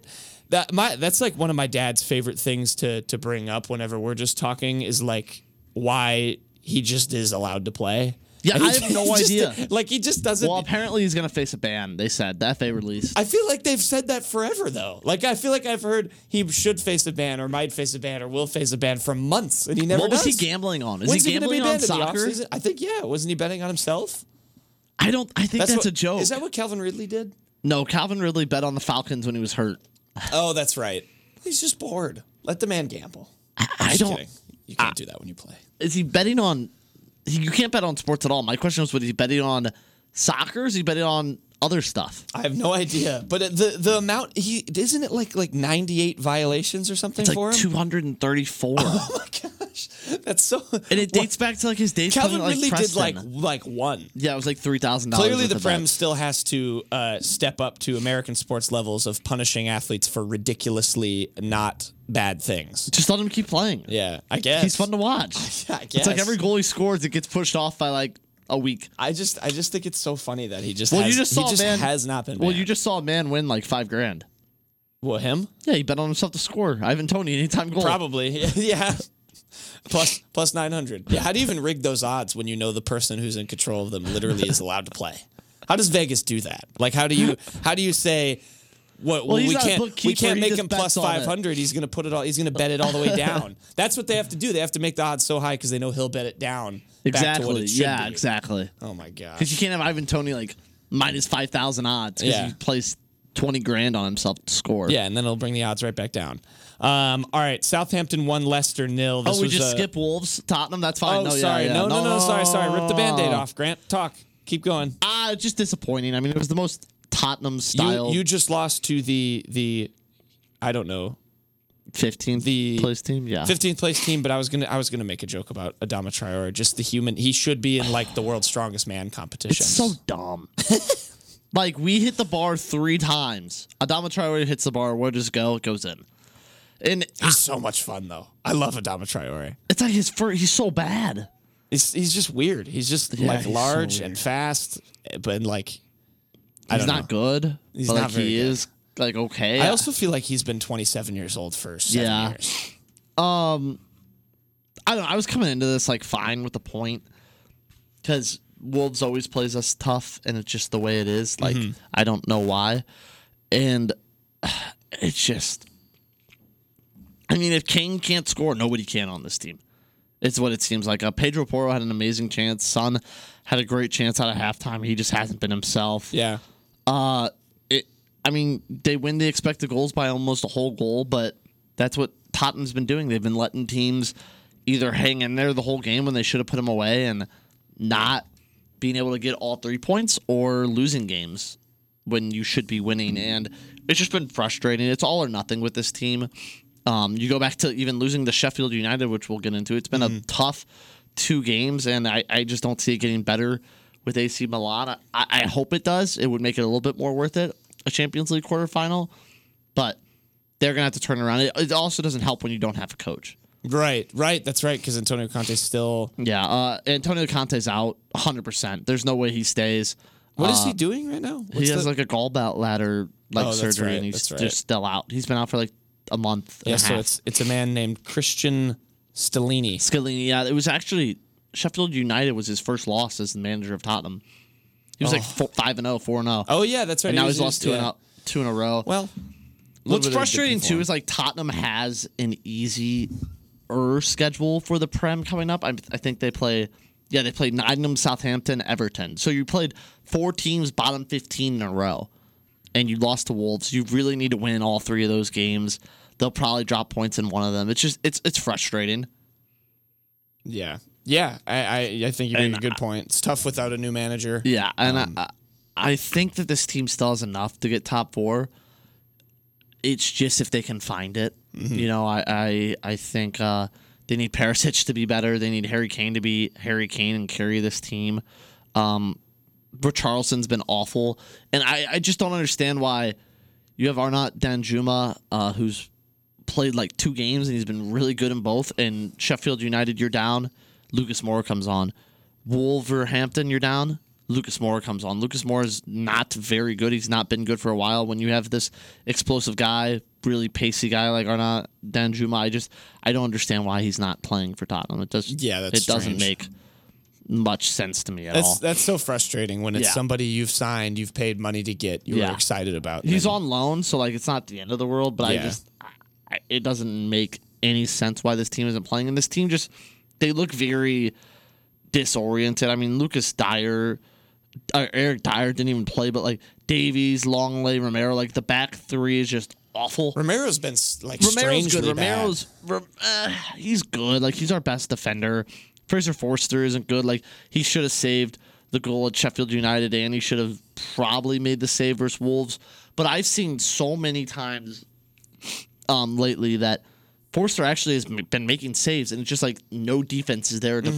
Speaker 4: that my that's like one of my dad's favorite things to to bring up whenever we're just talking is like why he just is allowed to play.
Speaker 5: Yeah,
Speaker 4: And he
Speaker 5: I have no
Speaker 4: (laughs) just-
Speaker 5: idea.
Speaker 4: Like he just doesn't.
Speaker 5: well, apparently he's gonna face a ban. They said that they released.
Speaker 4: I feel like they've said that forever though. Like I feel like I've heard he should face a ban or might face a ban or will face a ban for months, and he never
Speaker 5: What
Speaker 4: does.
Speaker 5: was he gambling on? Is
Speaker 4: When's
Speaker 5: he
Speaker 4: he gonna
Speaker 5: gambling
Speaker 4: be
Speaker 5: on
Speaker 4: banned in
Speaker 5: soccer?
Speaker 4: the offseason? I think yeah. Wasn't he betting on himself?
Speaker 5: I don't. I think that's,
Speaker 4: what-
Speaker 5: a joke.
Speaker 4: Is that what Calvin Ridley did?
Speaker 5: no, Calvin Ridley bet on the Falcons when he was hurt.
Speaker 4: Oh, that's right. He's just bored. Let the man gamble.
Speaker 5: I
Speaker 4: Just
Speaker 5: don't.
Speaker 4: kidding. You can't do that when you play.
Speaker 5: Is he betting on? he- You can't bet on sports at all. My question was, was he betting on soccer? Is he betting on other stuff?
Speaker 4: I have no idea, but it- the the amount he isn't it like like ninety eight violations or something
Speaker 5: It's
Speaker 4: for
Speaker 5: like
Speaker 4: him.
Speaker 5: two hundred and thirty-four,
Speaker 4: (laughs) oh my gosh, that's so.
Speaker 5: and it dates back to like his
Speaker 4: (laughs)
Speaker 5: days.
Speaker 4: Calvin
Speaker 5: playing,
Speaker 4: Ridley
Speaker 5: like,
Speaker 4: did like
Speaker 5: Preston.
Speaker 4: like one.
Speaker 5: Yeah, it was like three thousand dollars.
Speaker 4: Clearly, the Prem still has to uh, step up to American sports levels of punishing athletes for ridiculously not bad things.
Speaker 5: Just let him keep playing.
Speaker 4: Yeah, I guess
Speaker 5: he's fun to
Speaker 4: (laughs)
Speaker 5: watch.
Speaker 4: I guess.
Speaker 5: It's like every goal he scores, it gets pushed off by like a week.
Speaker 4: I just, I just think it's so funny that he just.
Speaker 5: Well,
Speaker 4: has,
Speaker 5: you
Speaker 4: he
Speaker 5: just saw a man.
Speaker 4: has not been.
Speaker 5: Well,
Speaker 4: banned.
Speaker 5: you just saw a man win like five grand.
Speaker 4: well him.
Speaker 5: Yeah, he bet on himself to score. Ivan Tony anytime
Speaker 4: (laughs)
Speaker 5: goal.
Speaker 4: Probably. yeah. Plus plus 900. Yeah, how do you even rig those odds when you know the person who's in control of them literally is allowed to play? How does Vegas do that? Like how do you how do you say what well,
Speaker 5: he's
Speaker 4: we
Speaker 5: not a
Speaker 4: can't we
Speaker 5: bookkeeper,
Speaker 4: can't
Speaker 5: he
Speaker 4: make
Speaker 5: just
Speaker 4: him plus
Speaker 5: bets on it.
Speaker 4: 500. He's going to put it all he's going to bet it all
Speaker 5: (laughs)
Speaker 4: the way down. That's what they have to do. They have to make the odds so high cuz they know he'll bet it down back to what
Speaker 5: Exactly.
Speaker 4: it should
Speaker 5: Yeah,
Speaker 4: be.
Speaker 5: exactly.
Speaker 4: Oh my god.
Speaker 5: Because you can't have Ivan Tony like minus five thousand odds because
Speaker 4: Yeah.
Speaker 5: he placed twenty grand on himself to score.
Speaker 4: Yeah, and then it'll bring the odds right back down. Um, all right, Southampton won Leicester nil. This
Speaker 5: Oh, we
Speaker 4: was
Speaker 5: just
Speaker 4: a-
Speaker 5: skip Wolves, Tottenham. That's
Speaker 4: Oh,
Speaker 5: fine. no, yeah,
Speaker 4: sorry.
Speaker 5: yeah.
Speaker 4: No, no, no, sorry, sorry. Rip the band-aid off, Grant. Talk. Keep going.
Speaker 5: Ah, it's just disappointing. I mean, it was the most Tottenham style.
Speaker 4: You, you just lost to the the I don't know.
Speaker 5: 15th
Speaker 4: the-
Speaker 5: place team. Yeah.
Speaker 4: 15th place team, but I was going to I was going to make a joke about Adama Traore, just the human. He should be in like the world's strongest man competition.
Speaker 5: It's so dumb. (laughs) like we hit the bar three times. Adama Traore hits the bar. Where does it go? It goes in. And
Speaker 4: he's so much fun though. I love Adama Traore.
Speaker 5: it's like his first. He's so bad.
Speaker 4: He's he's just weird. He's just
Speaker 5: Yeah,
Speaker 4: like
Speaker 5: he's so
Speaker 4: large
Speaker 5: weird.
Speaker 4: and fast, but like I
Speaker 5: He's
Speaker 4: don't
Speaker 5: not
Speaker 4: know.
Speaker 5: good. He's but
Speaker 4: not
Speaker 5: like
Speaker 4: very
Speaker 5: he
Speaker 4: good.
Speaker 5: is like okay.
Speaker 4: I also feel like he's been 27 years old for seven
Speaker 5: Yeah.
Speaker 4: years.
Speaker 5: I don't know. I was coming into this like fine with the point because Wolves always plays us tough, and it's just the way it is. Like I don't know why, and (sighs) it's just. I mean, if Kane can't score, nobody can on this team. It's what it seems like. Uh, Pedro Porro had an amazing chance. Son had a great chance out of halftime. He just hasn't been himself.
Speaker 4: Yeah.
Speaker 5: Uh, it, I mean, they win the expected goals by almost a whole goal, but that's what Tottenham's been doing. They've been letting teams either hang in there the whole game when they should have put them away and not being able to get all three points or losing games when you should be winning. And it's just been frustrating. It's all or nothing with this team. Um, you go back to even losing to Sheffield United, which we'll get into. It's been a tough two games, and I, I just don't see it getting better with AC Milan. I, I hope it does. It would make it a little bit more worth it, a Champions League quarterfinal. But they're going to have to turn around. It, it also doesn't help when you don't have a coach.
Speaker 4: Right. Right. That's right. Because Antonio Conte's still.
Speaker 5: Yeah, uh, Antonio Conte's out 100%. There's no way he stays.
Speaker 4: What is he doing right now?
Speaker 5: Uh, he
Speaker 4: What's
Speaker 5: has
Speaker 4: the-
Speaker 5: like a gallbladder like
Speaker 4: Oh, that's
Speaker 5: surgery,
Speaker 4: right,
Speaker 5: and he's
Speaker 4: that's right.
Speaker 5: just still out. He's been out for like a month. And
Speaker 4: yeah.
Speaker 5: a
Speaker 4: So
Speaker 5: half.
Speaker 4: it's it's a man named Christian Stellini.
Speaker 5: Scalini. Yeah, it was actually Sheffield United was his first loss as the manager of Tottenham. He was like four, five and zero, four and zero.
Speaker 4: Oh yeah, that's right.
Speaker 5: and
Speaker 4: he
Speaker 5: now
Speaker 4: was-
Speaker 5: he's lost two and
Speaker 4: yeah.
Speaker 5: and two in a row.
Speaker 4: Well,
Speaker 5: What's
Speaker 4: little bit of a
Speaker 5: frustrating
Speaker 4: different
Speaker 5: too
Speaker 4: form.
Speaker 5: is like Tottenham has an easier schedule for the Prem coming up. I, I think they play. Yeah, they played Nottingham, Southampton, Everton. So you played four teams, bottom fifteen in a row, and you lost to Wolves. You really need to win all three of those games. They'll probably drop points in one of them. It's just it's it's frustrating.
Speaker 4: yeah, yeah. I I, I think you made a good point. It's tough without a new manager.
Speaker 5: Yeah, and I, I I think that this team still has enough to get top four. It's just if they can find it. You know, I I, I think uh, they need Perisic to be better. They need Harry Kane to be Harry Kane and carry this team. Um, Richarlison's been awful, and I, I just don't understand why you have Arnott Danjuma, uh, who's played like two games and he's been really good in both. And Sheffield United, you're down. Lucas Moore comes on. Wolverhampton, you're down. Lucas Moore comes on. Lucas Moore is not very good. He's not been good for a while. When you have this explosive guy, really pacey guy like Arnott Danjuma, I just I don't understand why he's not playing for Tottenham. It does
Speaker 4: Yeah, that's
Speaker 5: it doesn't
Speaker 4: strange.
Speaker 5: make much sense to me at all.
Speaker 4: That's that's so frustrating when it's
Speaker 5: Yeah.
Speaker 4: somebody you've signed, you've paid money to get, you
Speaker 5: Yeah.
Speaker 4: were excited about.
Speaker 5: He's
Speaker 4: and-
Speaker 5: on loan, so like it's not the end of the world. But
Speaker 4: Yeah.
Speaker 5: I just, I, I- it doesn't make any sense why this team isn't playing. And this team just, they look very disoriented. I mean, Lucas Dyer, uh, Eric Dyer didn't even play, but like Davies, Longley, Romero, like the back three is just awful.
Speaker 4: Romero's been s- like
Speaker 5: Romero's
Speaker 4: strangely
Speaker 5: good. Romero's
Speaker 4: bad.
Speaker 5: Rom- uh, he's good. Like he's our best defender. Fraser Forster isn't good. Like he should have saved the goal at Sheffield United, and he should have probably made the save versus Wolves. But I've seen so many times um, lately that Forster actually has m- been making saves, and it's just like no defense is there to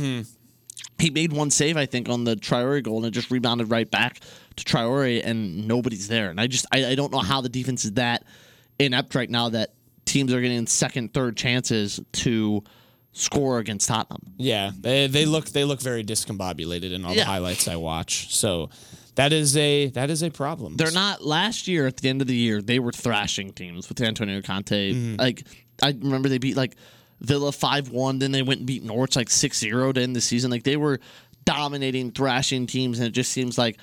Speaker 5: he made one save, I think, on the Triore goal, and it just rebounded right back to Triore, and nobody's there. And I just I, I don't know how the defense is that inept right now that teams are getting second, third chances to score against Tottenham.
Speaker 4: Yeah, they, they look they look very discombobulated in all
Speaker 5: Yeah.
Speaker 4: the highlights I watch. So that is a that is a problem.
Speaker 5: They're not last year at the end of the year, they were thrashing teams with Antonio Conte. Like I remember they beat like Villa five one, then they went and beat Norwich like 6-0 to end the season. Like they were dominating, thrashing teams, and it just seems like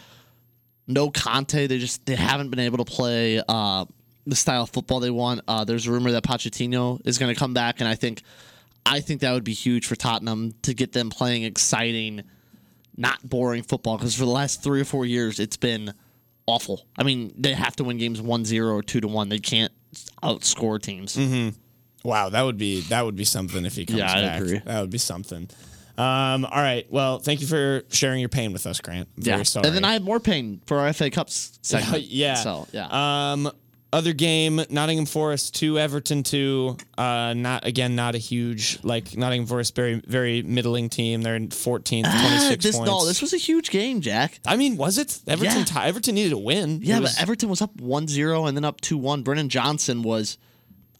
Speaker 5: no Conte. They just they haven't been able to play uh, the style of football they want. Uh, there's a rumor that Pochettino is going to come back, and I think I think that would be huge for Tottenham to get them playing exciting, not boring football. Because for the last three or four years, it's been awful. I mean, they have to win games 1-0 or two to one. They can't outscore teams.
Speaker 4: Mm-hmm. Wow, that would be that would be something if he comes
Speaker 5: Yeah, I
Speaker 4: back.
Speaker 5: agree.
Speaker 4: That would be something. Um, all right. Well, thank you for sharing your pain with us, Grant. I'm Very sorry.
Speaker 5: and then I had more pain for our FA Cups
Speaker 4: (laughs)
Speaker 5: segment.
Speaker 4: yeah.
Speaker 5: so (laughs) yeah.
Speaker 4: Um, other game, Nottingham Forest two, Everton two. Uh, not again, not a huge like Nottingham Forest, very very middling team. They're in 14th, 26
Speaker 5: Ah, this
Speaker 4: points.
Speaker 5: no, this was a huge game, Jack.
Speaker 4: I mean, was it Everton?
Speaker 5: Yeah.
Speaker 4: ti- Everton needed a win.
Speaker 5: Yeah,
Speaker 4: It was-
Speaker 5: but Everton was up 1-0 and then up 2-1. Brennan Johnson was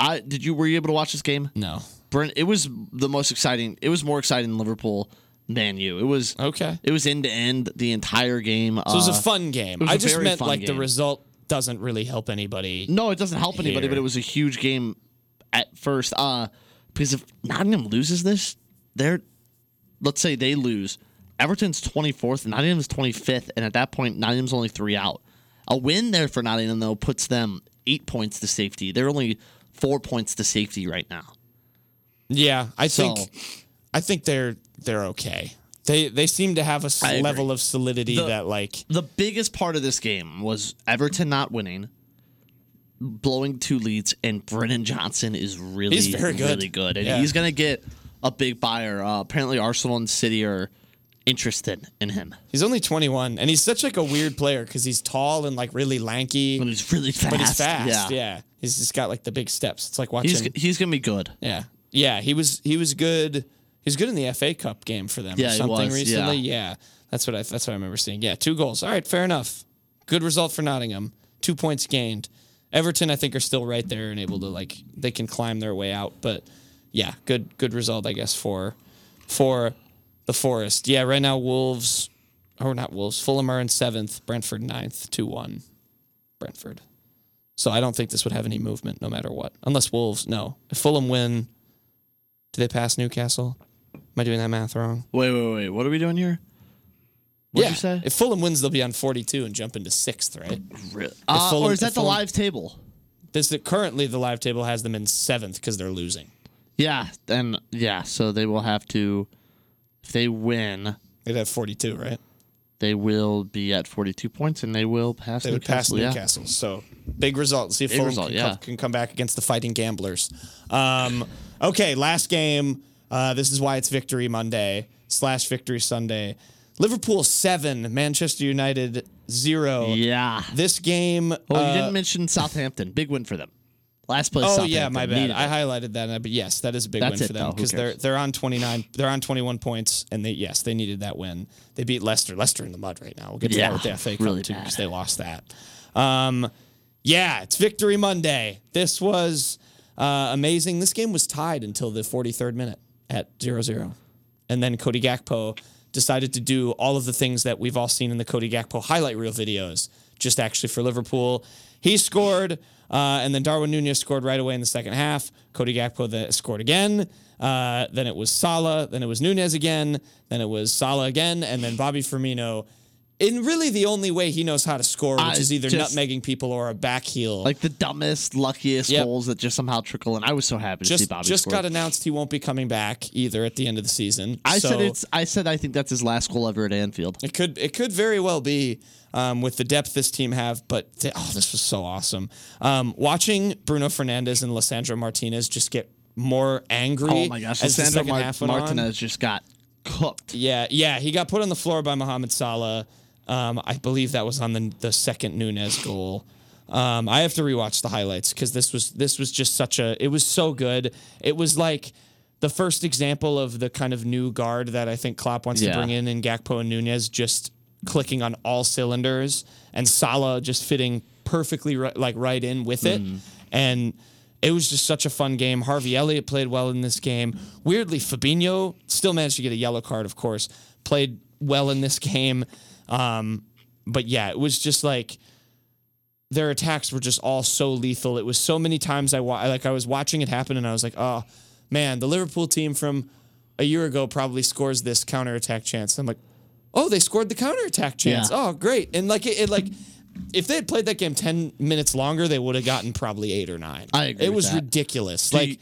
Speaker 5: I did you were you able to watch this game?
Speaker 4: no.
Speaker 5: Brent it was the most exciting. It was more exciting than Liverpool than you. It was
Speaker 4: Okay.
Speaker 5: It was end to end the entire game.
Speaker 4: So it was a fun game.
Speaker 5: Uh, was
Speaker 4: I
Speaker 5: a
Speaker 4: just
Speaker 5: very
Speaker 4: meant
Speaker 5: fun
Speaker 4: like the
Speaker 5: game.
Speaker 4: result doesn't really help anybody.
Speaker 5: No, it doesn't help anybody,
Speaker 4: Here.
Speaker 5: but it was a huge game at first. Uh because if Nottingham loses this, they're let's say they lose. Everton's twenty fourth, Nottingham's twenty fifth, and at that point Nottingham's only three out. A win there for Nottingham though puts them eight points to safety. They're only four points to safety right now.
Speaker 4: Yeah, I
Speaker 5: So-
Speaker 4: think I think they're they're okay. They they seem to have a s-
Speaker 5: I agree.
Speaker 4: level of solidity
Speaker 5: The-
Speaker 4: that like
Speaker 5: The biggest part of this game was Everton not winning, blowing two leads, and Brennan Johnson is really,
Speaker 4: He's very good.
Speaker 5: really good, and
Speaker 4: Yeah.
Speaker 5: he's gonna get a big buyer. Uh, apparently, Arsenal and City are interested in him,
Speaker 4: he's only 21 and he's such like a weird player because he's tall and like really lanky,
Speaker 5: but he's really fast.
Speaker 4: but he's fast. Yeah. he's just got like the big steps. It's like watching.
Speaker 5: he's he's gonna be good.
Speaker 4: yeah, yeah. He was he was good. He was good in the FA Cup game for them.
Speaker 5: Yeah,
Speaker 4: or
Speaker 5: he
Speaker 4: something
Speaker 5: was,
Speaker 4: recently.
Speaker 5: yeah.
Speaker 4: Yeah. that's what I that's what I remember seeing. Yeah, two goals. All right, fair enough. Good result for Nottingham. Two points gained. Everton, I think, are still right there and able to like they can climb their way out. But yeah, good good result, I guess for for the Forest. Yeah, right now Wolves or not Wolves. Fulham are in seventh. Brentford ninth. Two one. Brentford. So I don't think this would have any movement, no matter what, unless Wolves. No, if Fulham win, do they pass Newcastle? Am I doing that math wrong?
Speaker 5: Wait, wait, wait. What are we doing here? What'd you say?
Speaker 4: If Fulham wins, they'll be on 42 and jump into sixth, right?
Speaker 5: Re- Uh,
Speaker 4: Fulham-
Speaker 5: or is
Speaker 4: if
Speaker 5: that the
Speaker 4: Fulham-
Speaker 5: live table?
Speaker 4: This currently the live table has them in seventh because they're losing.
Speaker 5: Yeah, and yeah, so they will have to. If they win,
Speaker 4: They'd have 42, right?
Speaker 5: they will be at 42 points, and they will pass.
Speaker 4: They would pass
Speaker 5: Newcastle, yeah.
Speaker 4: Newcastle. So big result. See if Fulham
Speaker 5: result,
Speaker 4: can,
Speaker 5: yeah.
Speaker 4: come, can come back against the Fighting Gamblers. Um, okay, last game. Uh, this is why it's Victory Monday slash Victory Sunday. Liverpool seven, Manchester United zero.
Speaker 5: Yeah.
Speaker 4: This game.
Speaker 5: Oh,
Speaker 4: uh,
Speaker 5: you didn't mention Southampton. Big win for them. Last place.
Speaker 4: Oh
Speaker 5: Southampton.
Speaker 4: yeah, my bad.
Speaker 5: Needed
Speaker 4: I
Speaker 5: it.
Speaker 4: highlighted that, and I- but yes, that is a big
Speaker 5: That's
Speaker 4: win
Speaker 5: it,
Speaker 4: for
Speaker 5: though.
Speaker 4: them
Speaker 5: Who
Speaker 4: because they're
Speaker 5: cares?
Speaker 4: they're on twenty nine, they're on twenty one points, and they yes, they needed that win. They beat Leicester. Leicester in the mud right now. We'll get to
Speaker 5: Yeah,
Speaker 4: that with the FA Cup
Speaker 5: really
Speaker 4: too
Speaker 5: bad.
Speaker 4: because they lost that. Um, yeah, it's Victory Monday. This was uh, amazing. This game was tied until the forty third minute at 0-0. and then Cody Gakpo decided to do all of the things that we've all seen in the Cody Gakpo highlight reel videos, just actually for Liverpool. He scored, uh, and then Darwin Nunez scored right away in the second half. Cody Gakpo that scored again. Uh, then it was Salah. Then it was Nunez again. Then it was Salah again, and then Bobby Firmino. In really the only way he knows how to score, which
Speaker 5: I
Speaker 4: is either
Speaker 5: just-
Speaker 4: nutmegging people or a back heel.
Speaker 5: Like the dumbest, luckiest
Speaker 4: Yep.
Speaker 5: goals that just somehow trickle in. I was so happy to see
Speaker 4: just
Speaker 5: Bobby
Speaker 4: just
Speaker 5: score.
Speaker 4: got announced he won't be coming back either at the end of the season.
Speaker 5: I
Speaker 4: So-
Speaker 5: said it's. I said I think that's his last goal ever at Anfield.
Speaker 4: It could it could very well be um, with the depth this team have, but th- oh, this was so awesome. Um, watching Bruno Fernandez and Lissandro Martinez just get more angry.
Speaker 5: Oh my gosh!
Speaker 4: as the
Speaker 5: Sandro
Speaker 4: second
Speaker 5: Mar-
Speaker 4: half went on.
Speaker 5: Martinez just got cooked.
Speaker 4: Yeah, yeah, he got put on the floor by Mohamed Salah. Um, I believe that was on the the second Nunez goal. Um, I have to rewatch the highlights because this was this was just such a it was so good. It was like the first example of the kind of new guard that I think Klopp wants
Speaker 5: Yeah.
Speaker 4: to bring in, and Gakpo and Nunez just clicking on all cylinders, and Salah just fitting perfectly ri- like right in with it, and. It was just such a fun game. Harvey Elliott played well in this game. Weirdly, Fabinho still managed to get a yellow card, of course, played well in this game. Um, but yeah, it was just like their attacks were just all so lethal. It was so many times I wa- like I was watching it happen and I was like, oh man, the Liverpool team from a year ago probably scores this counterattack chance. And I'm like, oh, they scored the counterattack chance.
Speaker 5: Yeah.
Speaker 4: Oh, great. And like it, it like if they had played that game 10 minutes longer, they would have gotten probably 8 or 9.
Speaker 5: I agree
Speaker 4: It
Speaker 5: with
Speaker 4: was
Speaker 5: that.
Speaker 4: ridiculous.
Speaker 5: you-
Speaker 4: like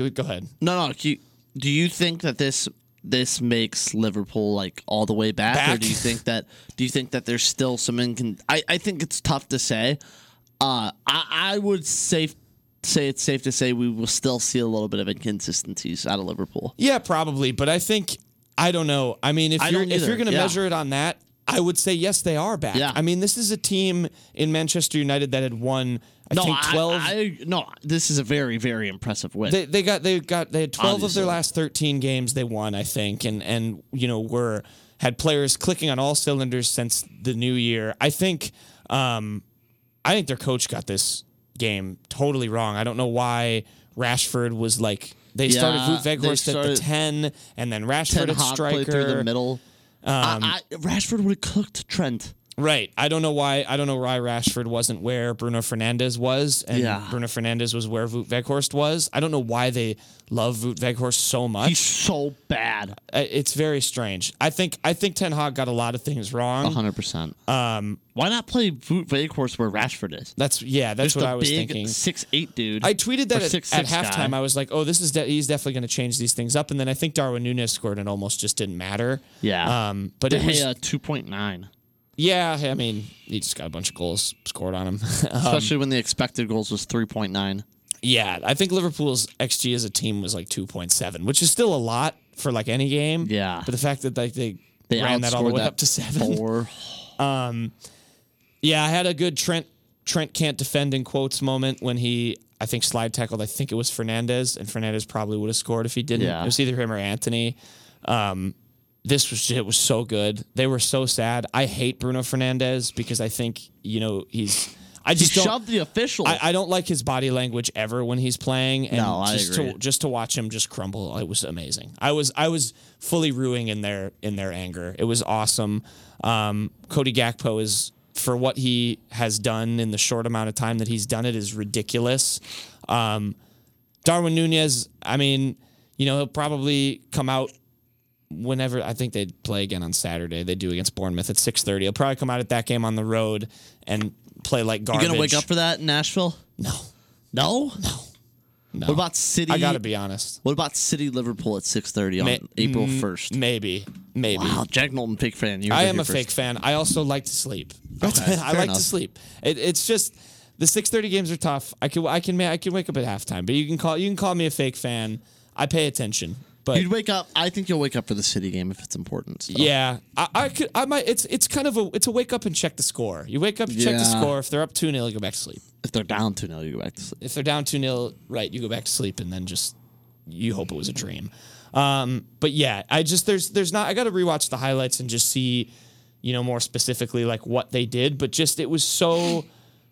Speaker 4: uh, go ahead.
Speaker 5: No, no. Do you, do you think that this this makes Liverpool like all the way back, or
Speaker 4: Back?
Speaker 5: do you think that do you think that there's still some incon? I I think it's tough to say. Uh, I I would safe say it's safe to say we will still see a little bit of inconsistencies out of Liverpool.
Speaker 4: Yeah, probably, but I think I don't know. I mean, if
Speaker 5: I
Speaker 4: you're
Speaker 5: don't
Speaker 4: if
Speaker 5: either,
Speaker 4: you're going to
Speaker 5: yeah.
Speaker 4: measure it on that, I would say yes, they are back.
Speaker 5: Yeah.
Speaker 4: I mean, this is a team in Manchester United that had won I
Speaker 5: No,
Speaker 4: think
Speaker 5: I-
Speaker 4: 12
Speaker 5: I, no. This is a very very impressive win.
Speaker 4: they, they got they got they had 12 of
Speaker 5: Obviously.
Speaker 4: their last 13 games they won, I think, and and you know, were had players clicking on all cylinders since the new year. I think um I think their coach got this game totally wrong. I don't know why Rashford was like they started
Speaker 5: Yeah,
Speaker 4: Wout
Speaker 5: they
Speaker 4: Weghorst at the
Speaker 5: started-
Speaker 4: 10 and then
Speaker 5: Ten
Speaker 4: Rashford at
Speaker 5: Hag played
Speaker 4: striker. um,
Speaker 5: through the middle. I, I, Rashford would have cooked Trent.
Speaker 4: Right. I don't know why. I don't know why Rashford wasn't where Bruno Fernandez was, and
Speaker 5: Yeah.
Speaker 4: Bruno Fernandez was where Voot Veghorst was. I don't know why they love Voot Veghorst so much.
Speaker 5: He's so bad.
Speaker 4: I- it's very strange. I think I think Ten Hag got a lot of things wrong.
Speaker 5: 100%. Um, Why not play Voot Veghorst where Rashford is?
Speaker 4: That's yeah. That's
Speaker 5: Just
Speaker 4: what
Speaker 5: a
Speaker 4: I was
Speaker 5: big
Speaker 4: thinking.
Speaker 5: Six eight dude.
Speaker 4: I tweeted
Speaker 5: or
Speaker 4: that at,
Speaker 5: six,
Speaker 4: at
Speaker 5: six guy.
Speaker 4: halftime. I was like, "Oh, this is de- he's definitely going to change these things up." And then I think Darwin Nunes scored, and almost just didn't matter.
Speaker 5: (laughs) Yeah.
Speaker 4: Um, but
Speaker 5: De
Speaker 4: it was,
Speaker 5: Gea two point nine.
Speaker 4: yeah. I mean, he just got a bunch of goals scored on him. (laughs) Um,
Speaker 5: Especially when the expected goals was three point nine.
Speaker 4: yeah, I think Liverpool's xG as a team was like two point seven, which is still a lot for like any game.
Speaker 5: Yeah.
Speaker 4: But the fact that like they,
Speaker 5: They
Speaker 4: ran
Speaker 5: outscored
Speaker 4: that all the way up to seven. (laughs)
Speaker 5: Four.
Speaker 4: Yeah, I had a good Trent Trent can't defend in quotes moment when he I think slide tackled I think it was Fernandez and Fernandez probably would have scored if he didn't.
Speaker 5: Yeah.
Speaker 4: It was either him or Anthony. Um, this was it was so good. They were so sad. I hate Bruno Fernandez because I think you know he's I
Speaker 5: He
Speaker 4: just don't
Speaker 5: shoved the official.
Speaker 4: I, I don't like his body language ever when he's playing. And
Speaker 5: No, I
Speaker 4: just
Speaker 5: agree.
Speaker 4: to just to watch him just crumble, it was amazing. I was I was fully ruining in their in their anger. It was awesome. Um, Cody Gakpo is for what he has done in the short amount of time that he's done it is ridiculous. Um, Darwin Nunez, I mean, you know, he'll probably come out whenever I think they play again on Saturday. They do against Bournemouth at six thirty. He'll probably come out at that game on the road and play like
Speaker 5: you
Speaker 4: garbage.
Speaker 5: gonna wake up for that in Nashville?
Speaker 4: no.
Speaker 5: No. No.
Speaker 4: No.
Speaker 5: What about City?
Speaker 4: I gotta be honest.
Speaker 5: What about City Liverpool at six thirty on
Speaker 4: May-
Speaker 5: April first?
Speaker 4: Maybe, maybe.
Speaker 5: Wow, Jack Knowlton, fake fan. You
Speaker 4: I
Speaker 5: heard
Speaker 4: am
Speaker 5: it
Speaker 4: a
Speaker 5: first.
Speaker 4: fake fan. I also like to sleep.
Speaker 5: (laughs) Okay,
Speaker 4: (laughs) I
Speaker 5: fair
Speaker 4: like
Speaker 5: enough.
Speaker 4: to sleep. It, it's just the six thirty games are tough. I can I can ma- I can wake up at halftime, but you can call you can call me a fake fan. I pay attention, but
Speaker 5: You'd wake up. I think you'll wake up for the City game if it's important. so.
Speaker 4: (laughs) yeah, I, I could I might. It's it's kind of a it's a wake up and check the score. You wake up, you check the
Speaker 5: Yeah.
Speaker 4: score. If they're up two 0 you go back to sleep.
Speaker 5: If they're down two 0 you go back to sleep.
Speaker 4: If they're down two 0 right, you go back to sleep, and then just you hope it was a dream. Um, but yeah, I just there's there's not I got to rewatch the highlights and just see, you know, more specifically like what they did. But just it was so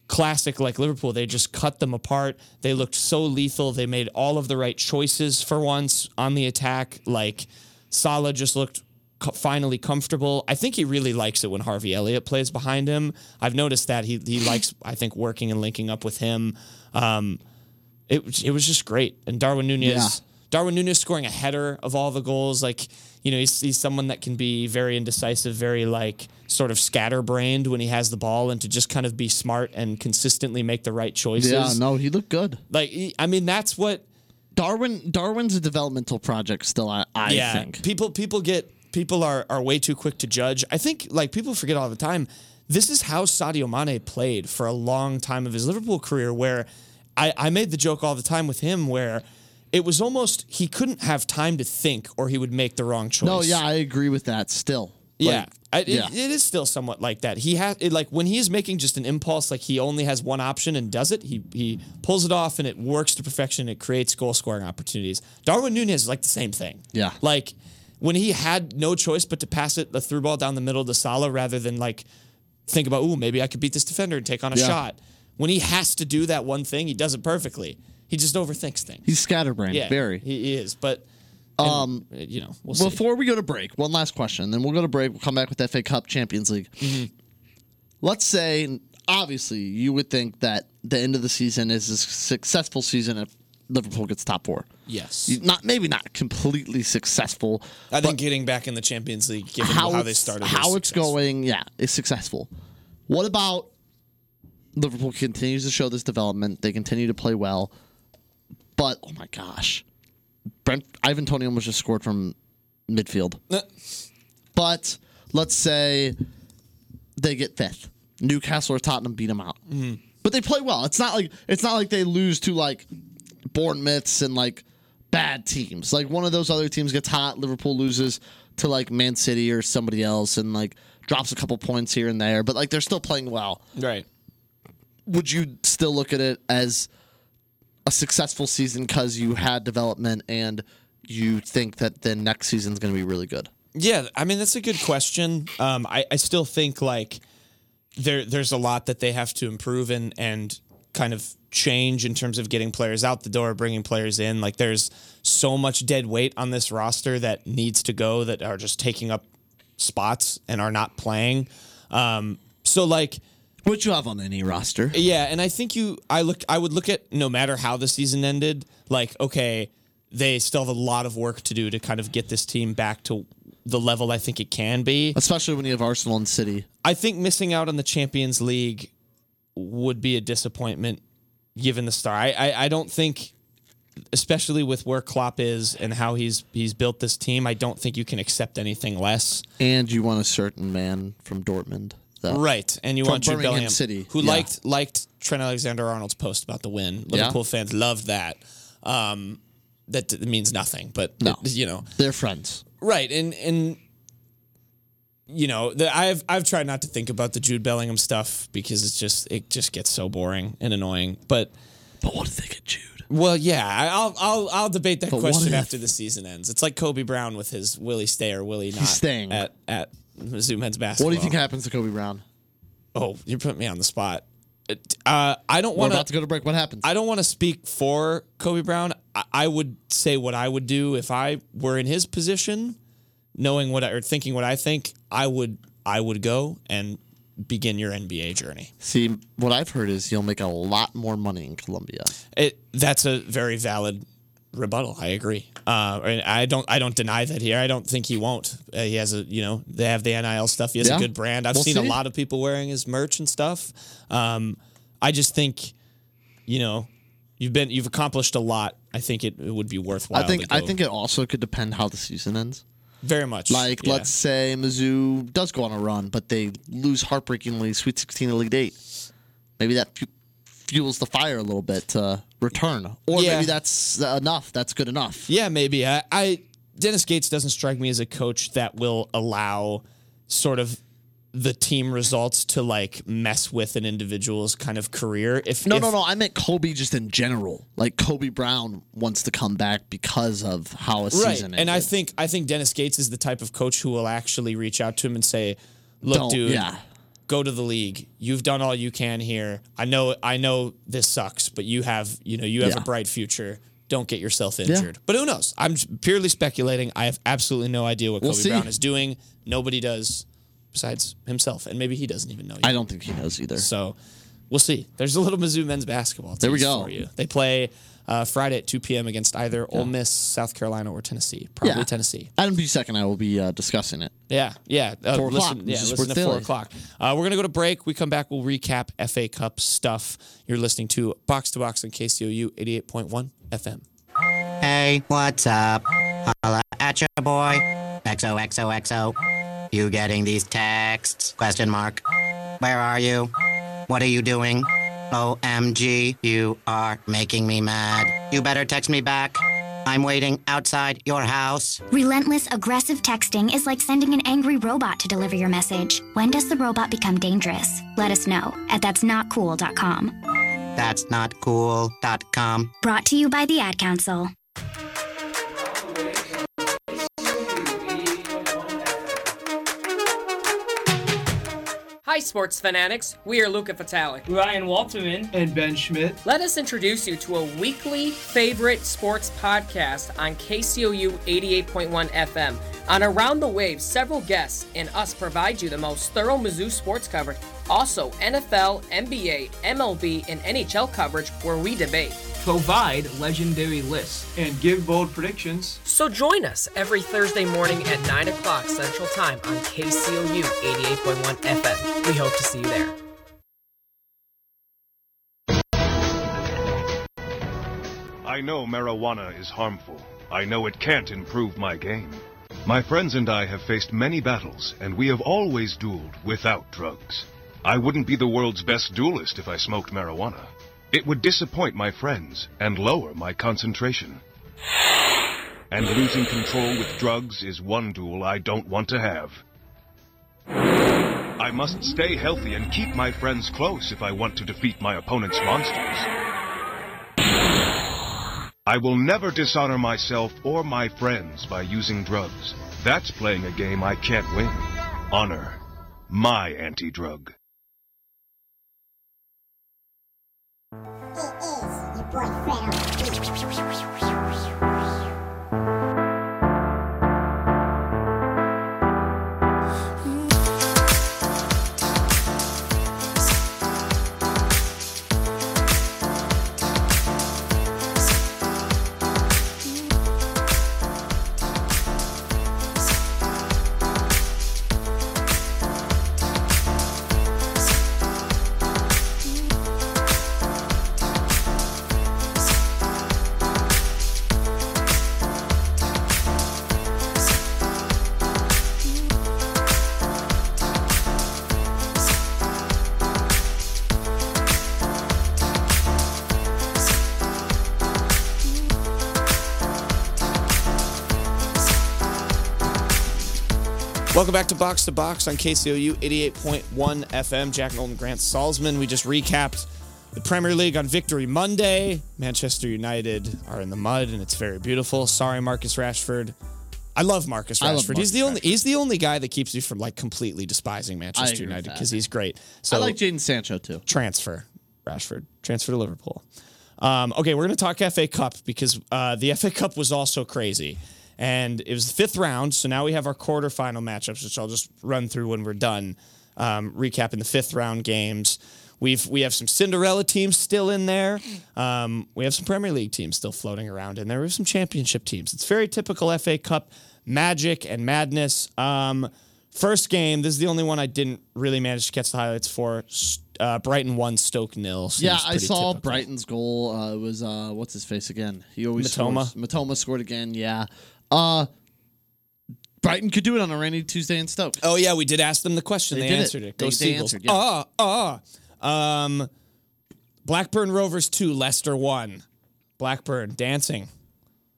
Speaker 4: classic like Liverpool. They just cut them apart. They looked so lethal. They made all of the right choices for once on the attack. Like Salah just looked co- finally comfortable. I think he really likes it when Harvey Elliott plays behind him. I've noticed that he he likes I think working and linking up with him. Um, it was- it was just great. And Darwin Nunez,
Speaker 5: Yeah.
Speaker 4: Darwin Nunez scoring a header of all the goals. Like you know, he's, he's someone that can be very indecisive, very like sort of scatterbrained when he has the ball, and to just kind of be smart and consistently make the right choices.
Speaker 5: Yeah, no, he looked good.
Speaker 4: Like he- I mean, that's what
Speaker 5: Darwin Darwin's a developmental project still. I, I
Speaker 4: yeah,
Speaker 5: think.
Speaker 4: people people get people are are way too quick to judge. I think like people forget all the time. This is how Sadio Mane played for a long time of his Liverpool career. Where I, I made the joke all the time with him, where it was almost he couldn't have time to think, or he would make the wrong choice.
Speaker 5: No, Oh, yeah, I agree with that. Still.
Speaker 4: Yeah.
Speaker 5: Like,
Speaker 4: I, it,
Speaker 5: yeah.
Speaker 4: it is still somewhat like that. He has it, like when he is making just an impulse, like he only has one option and does it. He he pulls it off and it works to perfection. It creates goal scoring opportunities. Darwin Nunez is like the same thing.
Speaker 5: Yeah.
Speaker 4: like when he had no choice but to pass it the through ball down the middle to Salah rather than like think about ooh maybe I could beat this defender and take on a
Speaker 5: Yeah.
Speaker 4: shot. When he has to do that one thing, he does it perfectly. He just overthinks things.
Speaker 5: He's scatterbrained.
Speaker 4: yeah,
Speaker 5: very.
Speaker 4: He, he is, but um, you know, we'll see.
Speaker 5: Before we go to break, one last question, then we'll go to break. We'll come back with FA Cup Champions League.
Speaker 4: Mm-hmm.
Speaker 5: Let's say, obviously, you would think that the end of the season is a successful season if Liverpool gets top four.
Speaker 4: Yes.
Speaker 5: You- Not maybe not completely successful.
Speaker 4: I think getting back in the Champions League, given how,
Speaker 5: How,
Speaker 4: they
Speaker 5: it's-
Speaker 4: started,
Speaker 5: how
Speaker 4: was
Speaker 5: it's
Speaker 4: successful.
Speaker 5: going, yeah, is successful. What about Liverpool continues to show this development? They continue to play well, but oh my gosh, Brent Ivan Tony almost just scored from midfield.
Speaker 4: Uh,
Speaker 5: But let's say they get fifth. Newcastle or Tottenham beat them out. But they play well. It's not like it's not like they lose to like Bournemouths and like bad teams. Like one of those other teams gets hot. Liverpool loses to like Man City or somebody else and like drops a couple points here and there. But like they're still playing well.
Speaker 4: Right.
Speaker 5: Would you still look at it as a successful season because you had development and you think that the next season's going to be really good?
Speaker 4: Yeah, I mean that's a good question. Um, I, I still think like there there's a lot that they have to improve and and kind of change in terms of getting players out the door, bringing players in. Like there's so much dead weight on this roster that needs to go that are just taking up spots and are not playing. Um, So like
Speaker 5: Which you have on any roster.
Speaker 4: yeah, and I think you I look I would look at no matter how the season ended, like okay, they still have a lot of work to do to kind of get this team back to the level I think it can be.
Speaker 5: Especially when you have Arsenal and City.
Speaker 4: I think missing out on the Champions League would be a disappointment given the star. I, I, I don't think especially with where Klopp is and how he's he's built this team, I don't think you can accept anything less.
Speaker 5: And you want a certain man from Dortmund. That,
Speaker 4: Right, and you want Jude
Speaker 5: Birmingham
Speaker 4: Bellingham,
Speaker 5: City,
Speaker 4: who
Speaker 5: yeah.
Speaker 4: liked liked Trent Alexander-Arnold's post about the win.
Speaker 5: Yeah.
Speaker 4: Liverpool fans loved that. Um, that d- means nothing, but
Speaker 5: No.
Speaker 4: you know,
Speaker 5: They're friends.
Speaker 4: right? And and you know, the, I've I've tried not to think about the Jude Bellingham stuff because it's just it just gets so boring and annoying. But
Speaker 5: But what do they get, Jude?
Speaker 4: well, yeah, I- I'll I'll I'll debate that
Speaker 5: what
Speaker 4: question
Speaker 5: if-
Speaker 4: after the season ends. It's like Kobe Brown with his will he stay or will he not
Speaker 5: staying.
Speaker 4: at at Mizzou men's basketball.
Speaker 5: What do you think happens to Kobe Brown?
Speaker 4: Oh, you put me on the spot. Uh, I don't
Speaker 5: We're
Speaker 4: want
Speaker 5: about to go to break. What happens?
Speaker 4: I don't want to speak for Kobe Brown. I, I would say what I would do if I were in his position, knowing what I, or thinking what I think. I would I would go and begin your NBA journey.
Speaker 5: See, what I've heard is you'll make a lot more money in Colombia.
Speaker 4: It that's a very valid rebuttal. I agree. Uh, and I don't I don't deny that here. I don't think he won't. Uh, he has a you know they have the nil stuff. He has
Speaker 5: Yeah.
Speaker 4: a good brand. I've
Speaker 5: We'll
Speaker 4: seen a
Speaker 5: see.
Speaker 4: lot of people wearing his merch and stuff. Um, I just think, you know, you've been you've accomplished a lot. I think it, it would be worthwhile.
Speaker 5: I think
Speaker 4: to go.
Speaker 5: I think it also could depend how the season ends.
Speaker 4: very much.
Speaker 5: Like,
Speaker 4: yeah.
Speaker 5: let's say Mizzou does go on a run, but they lose heartbreakingly Sweet 16 Elite 8. Maybe that fu- fuels the fire a little bit to return. Or
Speaker 4: Yeah.
Speaker 5: maybe that's enough. That's good enough.
Speaker 4: yeah, maybe. I, I Dennis Gates doesn't strike me as a coach that will allow sort of the team results to like mess with an individual's kind of career. If
Speaker 5: No,
Speaker 4: if-
Speaker 5: no, no. I meant Kobe just in general. Like, Kobe Brown wants to come back because of how
Speaker 4: right.
Speaker 5: a season ended.
Speaker 4: And I think I think Dennis Gates is the type of coach who will actually reach out to him and say, "Look,
Speaker 5: Don't-
Speaker 4: dude,
Speaker 5: yeah.
Speaker 4: go to the league. You've done all you can here. I know I know this sucks, but you have you know you have
Speaker 5: Yeah.
Speaker 4: a bright future." Don't get yourself injured. But who knows? I'm j- purely speculating. I have absolutely no idea what
Speaker 5: We'll
Speaker 4: Kobe
Speaker 5: see.
Speaker 4: Brown is doing. Nobody does besides himself. And maybe he doesn't even know yet.
Speaker 5: I don't think he knows either.
Speaker 4: So we'll see. There's a little Mizzou men's basketball.
Speaker 5: There we
Speaker 4: tease
Speaker 5: go.
Speaker 4: For you. They play uh, Friday at 2 p.m. against either Ole Miss, South Carolina, or Tennessee. Probably
Speaker 5: Yeah.
Speaker 4: Tennessee.
Speaker 5: Adam B. Second, I will be uh, discussing it.
Speaker 4: Yeah, yeah. Uh,
Speaker 5: Four
Speaker 4: listen,
Speaker 5: o'clock.
Speaker 4: Yeah,
Speaker 5: This is
Speaker 4: listen
Speaker 5: worth
Speaker 4: at four
Speaker 5: doing.
Speaker 4: o'clock. Uh, we're gonna go to break. We come back. We'll recap FA Cup stuff. You're listening to Box to Box on KCOU 88.1 FM.
Speaker 1: Hey, what's up? Holla at your boy. XOXOXO. You getting these texts? Question mark. Where are you? What are you doing? OMG, you are making me mad. You better text me back. I'm waiting outside your house.
Speaker 6: Relentless, aggressive texting is like sending an angry robot to deliver your message. When does the robot become dangerous? Let us know at that'snotcool.com.
Speaker 1: That's not cool.com.
Speaker 6: Brought to you by the Ad Council.
Speaker 7: Hi, sports fanatics. We are Luca Fatale.
Speaker 8: Ryan Walterman, and Ben Schmidt.
Speaker 7: Let us introduce you to a weekly favorite sports podcast on KCOU 88.1 FM. On Around the Wave, several guests and us provide you the most thorough Mizzou sports coverage. Also, NFL, NBA, MLB, and NHL coverage where we debate.
Speaker 8: Provide legendary lists and give bold predictions.
Speaker 7: So join us every Thursday morning at 9 o'clock Central Time on KCOU 88.1 FM. We hope to see you there.
Speaker 9: I know marijuana is harmful. I know it can't improve my game. My friends and I have faced many battles, and we have always dueled without drugs. I wouldn't be the world's best duelist if I smoked marijuana. It would disappoint my friends and lower my concentration. And losing control with drugs is one duel I don't want to have. I must stay healthy and keep my friends close if I want to defeat my opponent's monsters. I will never dishonor myself or my friends by using drugs. That's playing a game I can't win. Honor my anti drug.
Speaker 10: It is your boy Fred on the beat.
Speaker 4: Welcome back to Box to Box on KCOU 88.1 FM. Jack Nolan, Grant Salzman. We just recapped the Premier League on Victory Monday. Manchester United are in the mud, and it's very beautiful. Sorry, Marcus Rashford. I love Marcus Rashford.
Speaker 5: I love Marcus
Speaker 4: he's the only he's the only guy that keeps you from like completely despising Manchester
Speaker 5: agree with
Speaker 4: United
Speaker 5: that.
Speaker 4: because he's great. So
Speaker 5: I like Jaden Sancho too.
Speaker 4: transfer Rashford, transfer to Liverpool. Um, okay, we're going to talk FA Cup because uh, the FA Cup was also crazy. And it was the fifth round, so now we have our quarterfinal matchups, which I'll just run through when we're done, um, recapping the fifth round games. We've we have some Cinderella teams still in there. Um, we have some Premier League teams still floating around in there. We have some Championship teams. It's very typical FA Cup magic and madness. Um, First game, this is the only one I didn't really manage to catch the highlights for. S- Uh, Brighton won, Stoke nil. Seems
Speaker 5: Yeah, I
Speaker 4: pretty
Speaker 5: saw
Speaker 4: typical.
Speaker 5: Brighton's goal. Uh, it was uh, what's his face again? He always
Speaker 4: Matoma.
Speaker 5: Scores. Matoma scored again. Yeah. Uh, Brighton could do it on a rainy Tuesday in Stoke.
Speaker 4: Oh yeah, we did ask them the question. They,
Speaker 5: They did it.
Speaker 4: answered it. Go
Speaker 5: They- they
Speaker 4: Seagulls.
Speaker 5: answered, yeah.
Speaker 4: Ah, ah. Um, Blackburn Rovers two, Leicester one. Blackburn dancing.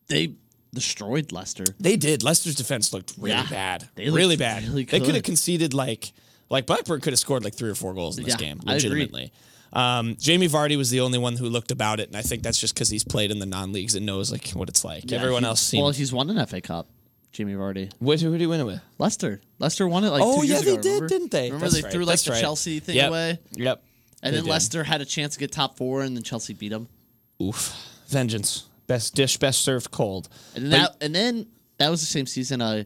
Speaker 5: They destroyed Leicester.
Speaker 4: They did. Leicester's defense looked really
Speaker 5: Yeah.
Speaker 4: bad.
Speaker 5: They looked
Speaker 4: really bad.
Speaker 5: really
Speaker 4: they could have
Speaker 5: good.
Speaker 4: conceded like like Blackburn could have scored like three or four goals in this
Speaker 5: Yeah,
Speaker 4: game,
Speaker 5: I agree.
Speaker 4: legitimately. Um, Jamie Vardy was the only one who looked about it, and I think that's just because he's played in the non leagues and knows like what it's like. Everyone
Speaker 5: He-
Speaker 4: else
Speaker 5: Well,
Speaker 4: seemed.
Speaker 5: he's won an FA Cup. Jamie Vardy.
Speaker 4: What, who did he win it with?
Speaker 5: Leicester. Leicester won it like
Speaker 4: Oh,
Speaker 5: two
Speaker 4: yeah,
Speaker 5: years
Speaker 4: they
Speaker 5: ago,
Speaker 4: did,
Speaker 5: remember?
Speaker 4: didn't they?
Speaker 5: Remember
Speaker 4: That's
Speaker 5: they
Speaker 4: right,
Speaker 5: threw like
Speaker 4: that's
Speaker 5: the
Speaker 4: right.
Speaker 5: Chelsea thing
Speaker 4: Yep.
Speaker 5: away,
Speaker 4: Yep.
Speaker 5: and
Speaker 4: They
Speaker 5: then
Speaker 4: did.
Speaker 5: Leicester had a chance to get top four, and then Chelsea beat them.
Speaker 4: Oof. Vengeance. Best dish, best served cold.
Speaker 5: And then that, and then that was the same season. Uh,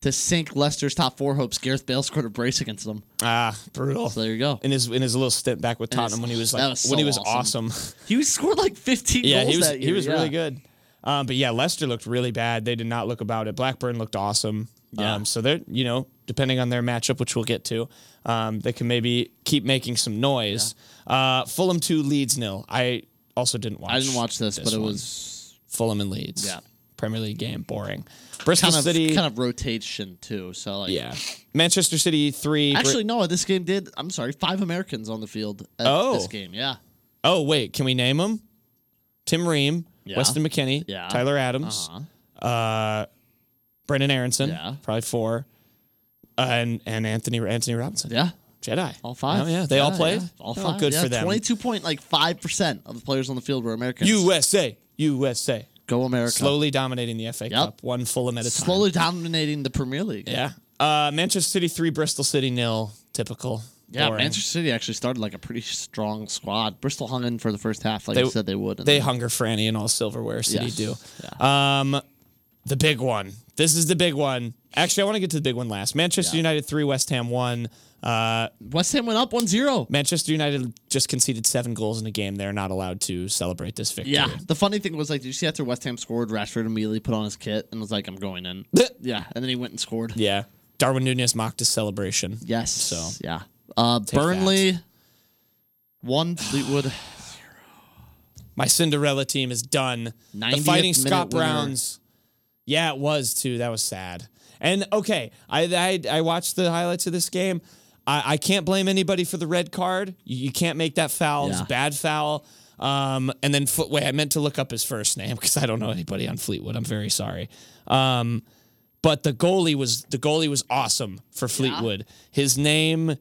Speaker 5: to sink Leicester's top four hopes, Gareth Bale scored a brace against them.
Speaker 4: Ah, brutal.
Speaker 5: So there you go.
Speaker 4: in his in his little stint back with Tottenham
Speaker 5: his-
Speaker 4: when he was
Speaker 5: that
Speaker 4: like
Speaker 5: was
Speaker 4: when
Speaker 5: so
Speaker 4: he was awesome. (laughs)
Speaker 5: awesome. He scored like 15
Speaker 4: yeah,
Speaker 5: goals
Speaker 4: he was
Speaker 5: that year.
Speaker 4: he was
Speaker 5: yeah.
Speaker 4: really good. Um, but yeah, Leicester looked really bad. They did not look about it. Blackburn looked awesome.
Speaker 5: Yeah.
Speaker 4: Um, so they're you know depending on their matchup, which we'll get to, um, they can maybe keep making some noise. Uh, Fulham two Leeds nil. I also didn't watch.
Speaker 5: I didn't watch this, but it
Speaker 4: one.
Speaker 5: was
Speaker 4: Fulham and Leeds.
Speaker 5: Yeah.
Speaker 4: Premier League game, boring. Bristol
Speaker 5: kind of
Speaker 4: City,
Speaker 5: kind of rotation too. So like,
Speaker 4: yeah. Manchester City three. Bri-
Speaker 5: Actually, no. This game did. I'm sorry. Five Americans on the field. At
Speaker 4: Oh.
Speaker 5: this game. Yeah.
Speaker 4: Oh, wait. Can we name them? Tim Ream,
Speaker 5: Yeah.
Speaker 4: Weston McKinney,
Speaker 5: Yeah.
Speaker 4: Tyler Adams,
Speaker 5: Uh-huh.
Speaker 4: uh, Brendan Aronson,
Speaker 5: Yeah.
Speaker 4: probably four, uh, and, and Anthony Anthony Robinson.
Speaker 5: Yeah.
Speaker 4: Jedi.
Speaker 5: All five.
Speaker 4: Oh, yeah. They all played?
Speaker 5: yeah, All
Speaker 4: Oh,
Speaker 5: five.
Speaker 4: good
Speaker 5: yeah,
Speaker 4: for them.
Speaker 5: 22 point like five percent of the players on the field were Americans.
Speaker 4: USA. USA.
Speaker 5: go America.
Speaker 4: Slowly dominating the FA Cup, one Fulham at a time.
Speaker 5: slowly dominating the Premier League.
Speaker 4: Yeah. Uh, Manchester City three, Bristol City nil. Typical.
Speaker 5: Yeah,
Speaker 4: Boring.
Speaker 5: Manchester City actually started like a pretty strong squad. Bristol hung in for the first half, like
Speaker 4: They-
Speaker 5: I said they would. and
Speaker 4: They
Speaker 5: then-
Speaker 4: hunger for any and all silverware. City
Speaker 5: Mm-hmm. Yes.
Speaker 4: do. Um, the big one. This is the big one. Actually, I want to get to the big one last. Manchester United three, West Ham one. Uh,
Speaker 5: West Ham went up 1-0.
Speaker 4: Manchester United just conceded seven goals in a game. They're not allowed to celebrate this victory.
Speaker 5: Yeah. The funny thing was like, did you see after West Ham scored, Rashford immediately put on his kit and was like, "I'm
Speaker 4: (laughs)
Speaker 5: going in." yeah, and then he went and scored.
Speaker 4: yeah. Darwin Nunez mocked his celebration.
Speaker 5: Yes.
Speaker 4: So
Speaker 5: yeah. Uh, Burnley
Speaker 4: (sighs)
Speaker 5: one Fleetwood.
Speaker 4: my Cinderella team is done. The
Speaker 5: 90th
Speaker 4: Fighting
Speaker 5: minute
Speaker 4: Scott
Speaker 5: winner.
Speaker 4: Browns. Yeah, it was too. That was sad. And okay, I I, I watched the highlights of this game. I, I can't blame anybody for the red card. You, you can't make that foul. It's
Speaker 5: Yeah.
Speaker 4: a bad foul. Um, and then Foot- wait, I meant to look up his first name (laughs) because I don't know anybody on Fleetwood. I'm very sorry. Um, but the goalie was the goalie was awesome for Fleetwood. His name,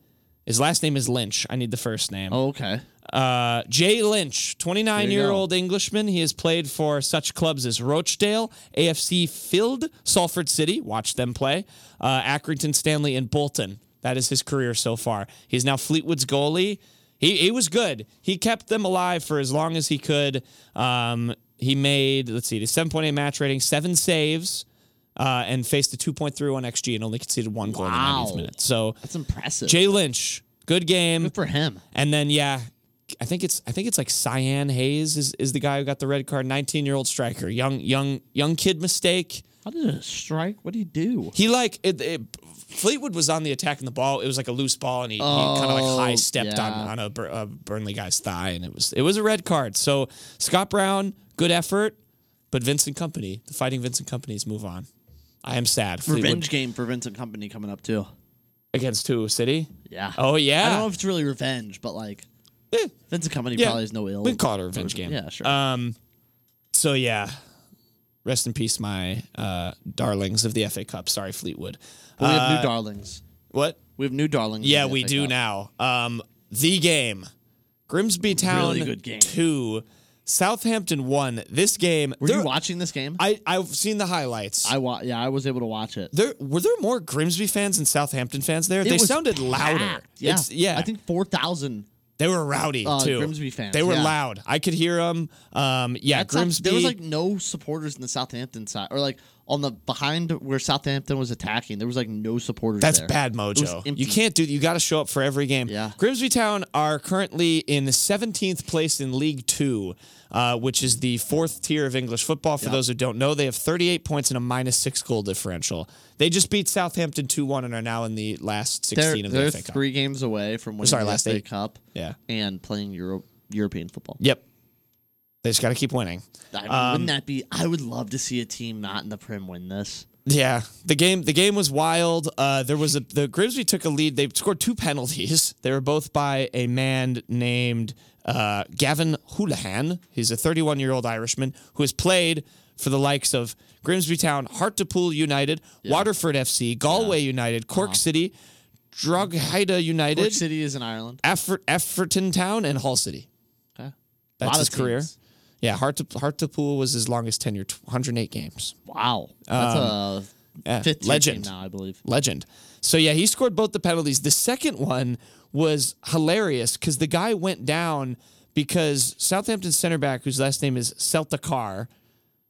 Speaker 4: his last name is Lynch. I need the first name.
Speaker 5: Oh, okay.
Speaker 4: Uh, Jay Lynch, 29
Speaker 5: you
Speaker 4: year
Speaker 5: go.
Speaker 4: old Englishman. He has played for such clubs as Rochdale, AFC Field, Salford City, watch them play, uh, Accrington Stanley, and Bolton. That is his career so far. He's now Fleetwood's goalie. He, he was good. He kept them alive for as long as he could. Um, he made, let's see, the 7.8 match rating, seven saves, uh, and faced a 2.31 XG and only conceded one goal in the 90th
Speaker 5: Wow.
Speaker 4: minute. So,
Speaker 5: That's impressive.
Speaker 4: Jay Lynch, good game.
Speaker 5: Good for him.
Speaker 4: And then yeah, I think it's I think it's like Cyan Hayes is, is the guy who got the red card. Nineteen year old striker, young young young kid mistake.
Speaker 5: How did it strike? What did he do?
Speaker 4: He like it, it, Fleetwood was on the attack and the ball. It was like a loose ball, and he, he kind of like
Speaker 5: Oh,
Speaker 4: high stepped
Speaker 5: yeah.
Speaker 4: on on a, Bur- a Burnley guy's thigh, and it was it was a red card. So Scott Brown, good effort, but Vincent Company, the Fighting Vincent Companies, move on. I am sad. Fleetwood
Speaker 5: Revenge game for Vincent Company coming up too.
Speaker 4: against two City.
Speaker 5: Yeah.
Speaker 4: Oh
Speaker 5: I
Speaker 4: yeah.
Speaker 5: don't know if it's really revenge, but like
Speaker 4: Eh.
Speaker 5: Vincent Company
Speaker 4: Yeah.
Speaker 5: probably has no ill.
Speaker 4: we can call it a revenge game.
Speaker 5: Yeah, sure.
Speaker 4: Um, so yeah, Rest in peace, my uh, darlings of the FA Cup. Sorry, Fleetwood.
Speaker 5: Well, we have
Speaker 4: Uh,
Speaker 5: new darlings.
Speaker 4: What?
Speaker 5: We have new darlings. in
Speaker 4: Yeah,
Speaker 5: the
Speaker 4: we
Speaker 5: FA
Speaker 4: do
Speaker 5: Cup.
Speaker 4: now. Um, the game, Grimsby Town
Speaker 5: Really good game.
Speaker 4: two, Southampton one. This game.
Speaker 5: Were
Speaker 4: there-
Speaker 5: you watching this game?
Speaker 4: I I've seen the highlights.
Speaker 5: I wa- yeah, I was able to watch it.
Speaker 4: there were there more Grimsby fans and Southampton fans there.
Speaker 5: It
Speaker 4: they
Speaker 5: was
Speaker 4: sounded louder.
Speaker 5: packed. Yeah,
Speaker 4: It's- yeah.
Speaker 5: I think four thousand.
Speaker 4: they were rowdy
Speaker 5: uh,
Speaker 4: too.
Speaker 5: Grimsby fans,
Speaker 4: They were
Speaker 5: yeah.
Speaker 4: loud. I could hear them. Um, yeah,
Speaker 5: That's not-
Speaker 4: Grimsby.
Speaker 5: there was like no supporters in the Southampton side, or like on the behind where Southampton was attacking. There was like no supporters.
Speaker 4: That's
Speaker 5: there.
Speaker 4: bad
Speaker 5: It was
Speaker 4: mojo.
Speaker 5: empty.
Speaker 4: You can't do. You got to show up for every game.
Speaker 5: Yeah.
Speaker 4: Grimsby Town are currently in 17th place in League Two, uh, which is the fourth tier of English football. For those who don't know, they have 38 points and a minus six goal differential. They just beat Southampton 2-1 and are now in the last 16
Speaker 5: They're,
Speaker 4: of
Speaker 5: they're
Speaker 4: the FA Cup.
Speaker 5: three games away from winning
Speaker 4: Sorry,
Speaker 5: the
Speaker 4: last
Speaker 5: FA
Speaker 4: eight.
Speaker 5: Cup
Speaker 4: Yeah.
Speaker 5: and playing Euro- European football.
Speaker 4: Yep. They just got to keep winning.
Speaker 5: I mean,
Speaker 4: Um,
Speaker 5: wouldn't that be? I would love to see a team not in the Prem win this.
Speaker 4: Yeah, the game the game was wild. Uh, there was a the Grimsby took a lead. They scored two penalties. They were both by a man named uh, Gavin Houlihan. He's a 31 year old Irishman who has played for the likes of Grimsby Town, Hartlepool United, Waterford FC, Galway United, Cork City, Drogheda United,
Speaker 5: Uh-huh. Cork City is in Ireland.
Speaker 4: Effort, Efferton Town, and Hull City.
Speaker 5: Okay.
Speaker 4: That's
Speaker 5: Lot
Speaker 4: his
Speaker 5: of
Speaker 4: career.
Speaker 5: teams.
Speaker 4: Yeah, Hartlepool, Hartlepool was his longest tenure, 108 games.
Speaker 5: Wow, that's a
Speaker 4: Um, yeah,
Speaker 5: fifth tier
Speaker 4: legend.
Speaker 5: team now, I believe.
Speaker 4: legend. So yeah, he scored both the penalties. The second one was hilarious because the guy went down because Southampton center back, whose last name is Celticar,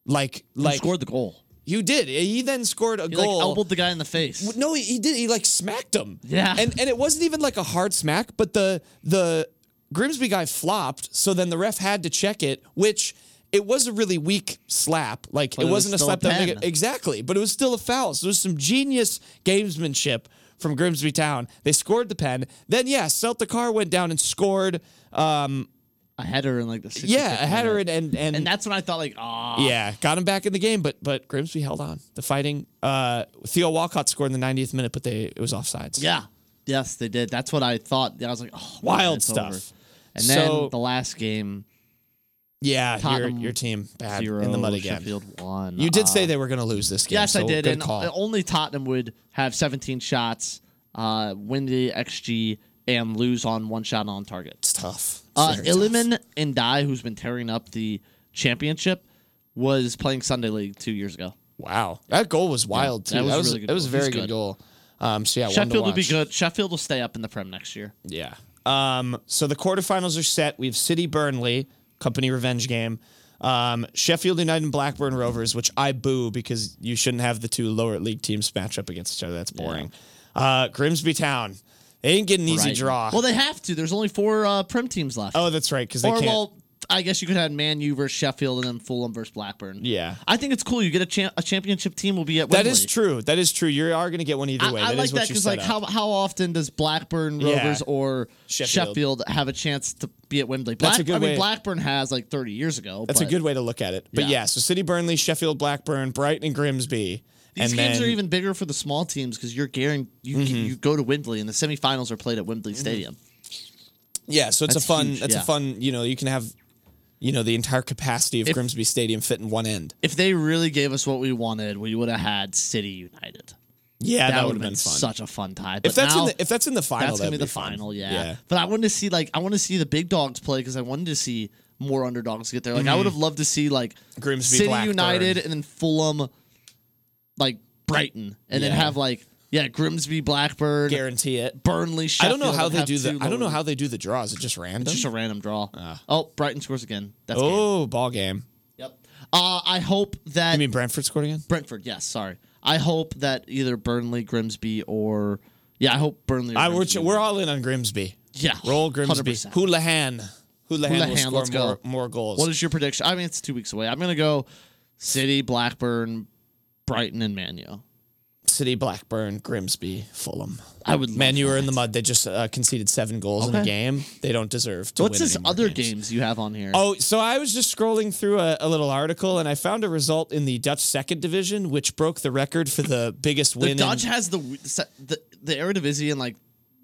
Speaker 4: like
Speaker 5: Who
Speaker 4: like
Speaker 5: scored the goal?
Speaker 4: you did. He then scored a
Speaker 5: He
Speaker 4: goal.
Speaker 5: like elbowed the guy in the face.
Speaker 4: No, he, he did. He like smacked him.
Speaker 5: Yeah.
Speaker 4: and and it wasn't even like a hard smack, but the the Grimsby guy flopped. So then the ref had to check it, which. It was a really weak slap. Like
Speaker 5: But
Speaker 4: it
Speaker 5: it was
Speaker 4: wasn't a
Speaker 5: still a
Speaker 4: slap that would make
Speaker 5: pen.
Speaker 4: it exactly, but it was still a foul. So it was some genius gamesmanship from Grimsby Town. They scored the pen. Then yeah, Celticar went down and scored. Um,
Speaker 5: A header in like the 65th
Speaker 4: yeah, a header
Speaker 5: minute.
Speaker 4: and and, and
Speaker 5: and that's when I thought like, ah,
Speaker 4: yeah, got him back in the game, but but Grimsby held on. The fighting, uh, Theo Walcott scored in the 90th minute, but they it was offsides.
Speaker 5: yeah, yes, they did. That's what I thought. I was like, oh,
Speaker 4: Wild
Speaker 5: it's
Speaker 4: stuff.
Speaker 5: over. And then
Speaker 4: So-
Speaker 5: the last game,
Speaker 4: yeah, your,
Speaker 5: Tottenham
Speaker 4: your team bad
Speaker 5: zero
Speaker 4: in the mud again.
Speaker 5: Sheffield one.
Speaker 4: You did
Speaker 5: Uh,
Speaker 4: say they were going to lose this game.
Speaker 5: yes, I
Speaker 4: so
Speaker 5: did.
Speaker 4: Good
Speaker 5: and
Speaker 4: call.
Speaker 5: only Tottenham would have 17 shots, uh, win the XG, and lose on one shot on target.
Speaker 4: it's tough.
Speaker 5: Uh,
Speaker 4: Very tough.
Speaker 5: Illiman Ndai, who's been tearing up the championship, was playing Sunday League two years ago.
Speaker 4: Wow, that goal was wild
Speaker 5: that
Speaker 4: too.
Speaker 5: was
Speaker 4: That
Speaker 5: a
Speaker 4: was
Speaker 5: really good
Speaker 4: that was a
Speaker 5: goal. He's
Speaker 4: very good
Speaker 5: good.
Speaker 4: goal. Um, so yeah, one to
Speaker 5: Sheffield will be
Speaker 4: watch.
Speaker 5: good. Sheffield will stay up in the Prem next year.
Speaker 4: Yeah. Um, so the quarterfinals are set. We have City Burnley, company revenge game. Um, Sheffield United and Blackburn Rovers, which I boo because you shouldn't have the two lower league teams match up against each other. That's boring. Uh, Grimsby Town. They didn't get an easy
Speaker 5: Brighton.
Speaker 4: draw.
Speaker 5: Well, they have to. There's only four uh, Prem teams left.
Speaker 4: oh, that's right, because they
Speaker 5: or
Speaker 4: can't.
Speaker 5: well, I guess you could have Man U versus Sheffield and then Fulham versus Blackburn.
Speaker 4: Yeah.
Speaker 5: I think it's cool. You get a, cha- a championship team will be at
Speaker 4: that
Speaker 5: Wembley.
Speaker 4: is true. That is true. You are going to get one either
Speaker 5: I,
Speaker 4: way.
Speaker 5: I
Speaker 4: is
Speaker 5: like
Speaker 4: what
Speaker 5: that
Speaker 4: you
Speaker 5: because
Speaker 4: set
Speaker 5: like
Speaker 4: up.
Speaker 5: how how often does Blackburn
Speaker 4: Yeah.
Speaker 5: Rovers or
Speaker 4: Sheffield.
Speaker 5: Sheffield. have a chance to be at Wembley?
Speaker 4: That's a good
Speaker 5: I mean
Speaker 4: way-
Speaker 5: Blackburn has like 30 years ago.
Speaker 4: That's
Speaker 5: but
Speaker 4: a good way to look at it. But yeah.
Speaker 5: Yeah.
Speaker 4: so City Burnley, Sheffield Blackburn, Brighton and Grimsby.
Speaker 5: These
Speaker 4: and
Speaker 5: games
Speaker 4: then, Mm-hmm.
Speaker 5: are even bigger for the small teams because you're guaranteed you, you go to Wembley and the semifinals are played at Wembley Stadium.
Speaker 4: Yeah, so it's
Speaker 5: That's
Speaker 4: a fun.
Speaker 5: huge,
Speaker 4: that's a
Speaker 5: yeah.
Speaker 4: fun. You know, you can have, you know, the entire capacity of
Speaker 5: If-
Speaker 4: Grimsby Stadium fit in one end.
Speaker 5: If they really gave us what we wanted, we would have had City United.
Speaker 4: Yeah,
Speaker 5: that,
Speaker 4: that,
Speaker 5: would
Speaker 4: would've
Speaker 5: have been, such a fun tie. But
Speaker 4: if that's
Speaker 5: now,
Speaker 4: in the, if that's in the final,
Speaker 5: that's gonna be
Speaker 4: that'd
Speaker 5: the
Speaker 4: fun.
Speaker 5: final, yeah. But I wanted to see like I want to see the big dogs play because I wanted to see more underdogs get there. Like I would have loved to see like
Speaker 4: Mm-hmm. Grimsby,
Speaker 5: City
Speaker 4: Blackburn.
Speaker 5: United and then Fulham, like Brighton, and then
Speaker 4: Yeah.
Speaker 5: have like yeah Grimsby, Blackburn,
Speaker 4: guarantee it.
Speaker 5: Burnley.
Speaker 4: I
Speaker 5: Sheffield,
Speaker 4: don't know how
Speaker 5: and
Speaker 4: they
Speaker 5: have
Speaker 4: do
Speaker 5: two
Speaker 4: the. I don't know
Speaker 5: lower-
Speaker 4: how they do the draws. It just random.
Speaker 5: just a random draw. oh, Brighton scores again. That's game.
Speaker 4: oh, ball game.
Speaker 5: Yep. Uh, I hope that
Speaker 4: You mean Brentford scored again?
Speaker 5: Brentford. Yes, sorry. I hope that either Burnley, Grimsby, or yeah, I hope Burnley. Or
Speaker 4: I, we're,
Speaker 5: Grimsby
Speaker 4: we're all in on Grimsby.
Speaker 5: Yeah,
Speaker 4: Roll Grimsby.
Speaker 5: 100%.
Speaker 4: Houlihan. Houlihan will
Speaker 5: Houlihan,
Speaker 4: score
Speaker 5: let's go.
Speaker 4: more, more goals.
Speaker 5: What is your prediction? I mean, it's two weeks away. I'm gonna go City, Blackburn, Brighton, and Manu.
Speaker 4: City, Blackburn, Grimsby, Fulham.
Speaker 5: I would love
Speaker 4: Man, you were in
Speaker 5: that.
Speaker 4: the mud. They just uh, conceded seven goals in a
Speaker 5: Okay.
Speaker 4: game. They don't deserve to
Speaker 5: What's
Speaker 4: win.
Speaker 5: this
Speaker 4: any more
Speaker 5: other
Speaker 4: games.
Speaker 5: games you have on here?
Speaker 4: Oh, so I was just scrolling through a, a little article and I found a result in the Dutch second division, which broke the record for the biggest
Speaker 5: the
Speaker 4: win. in-
Speaker 5: Dutch has the we- se- the the Eredivisie and like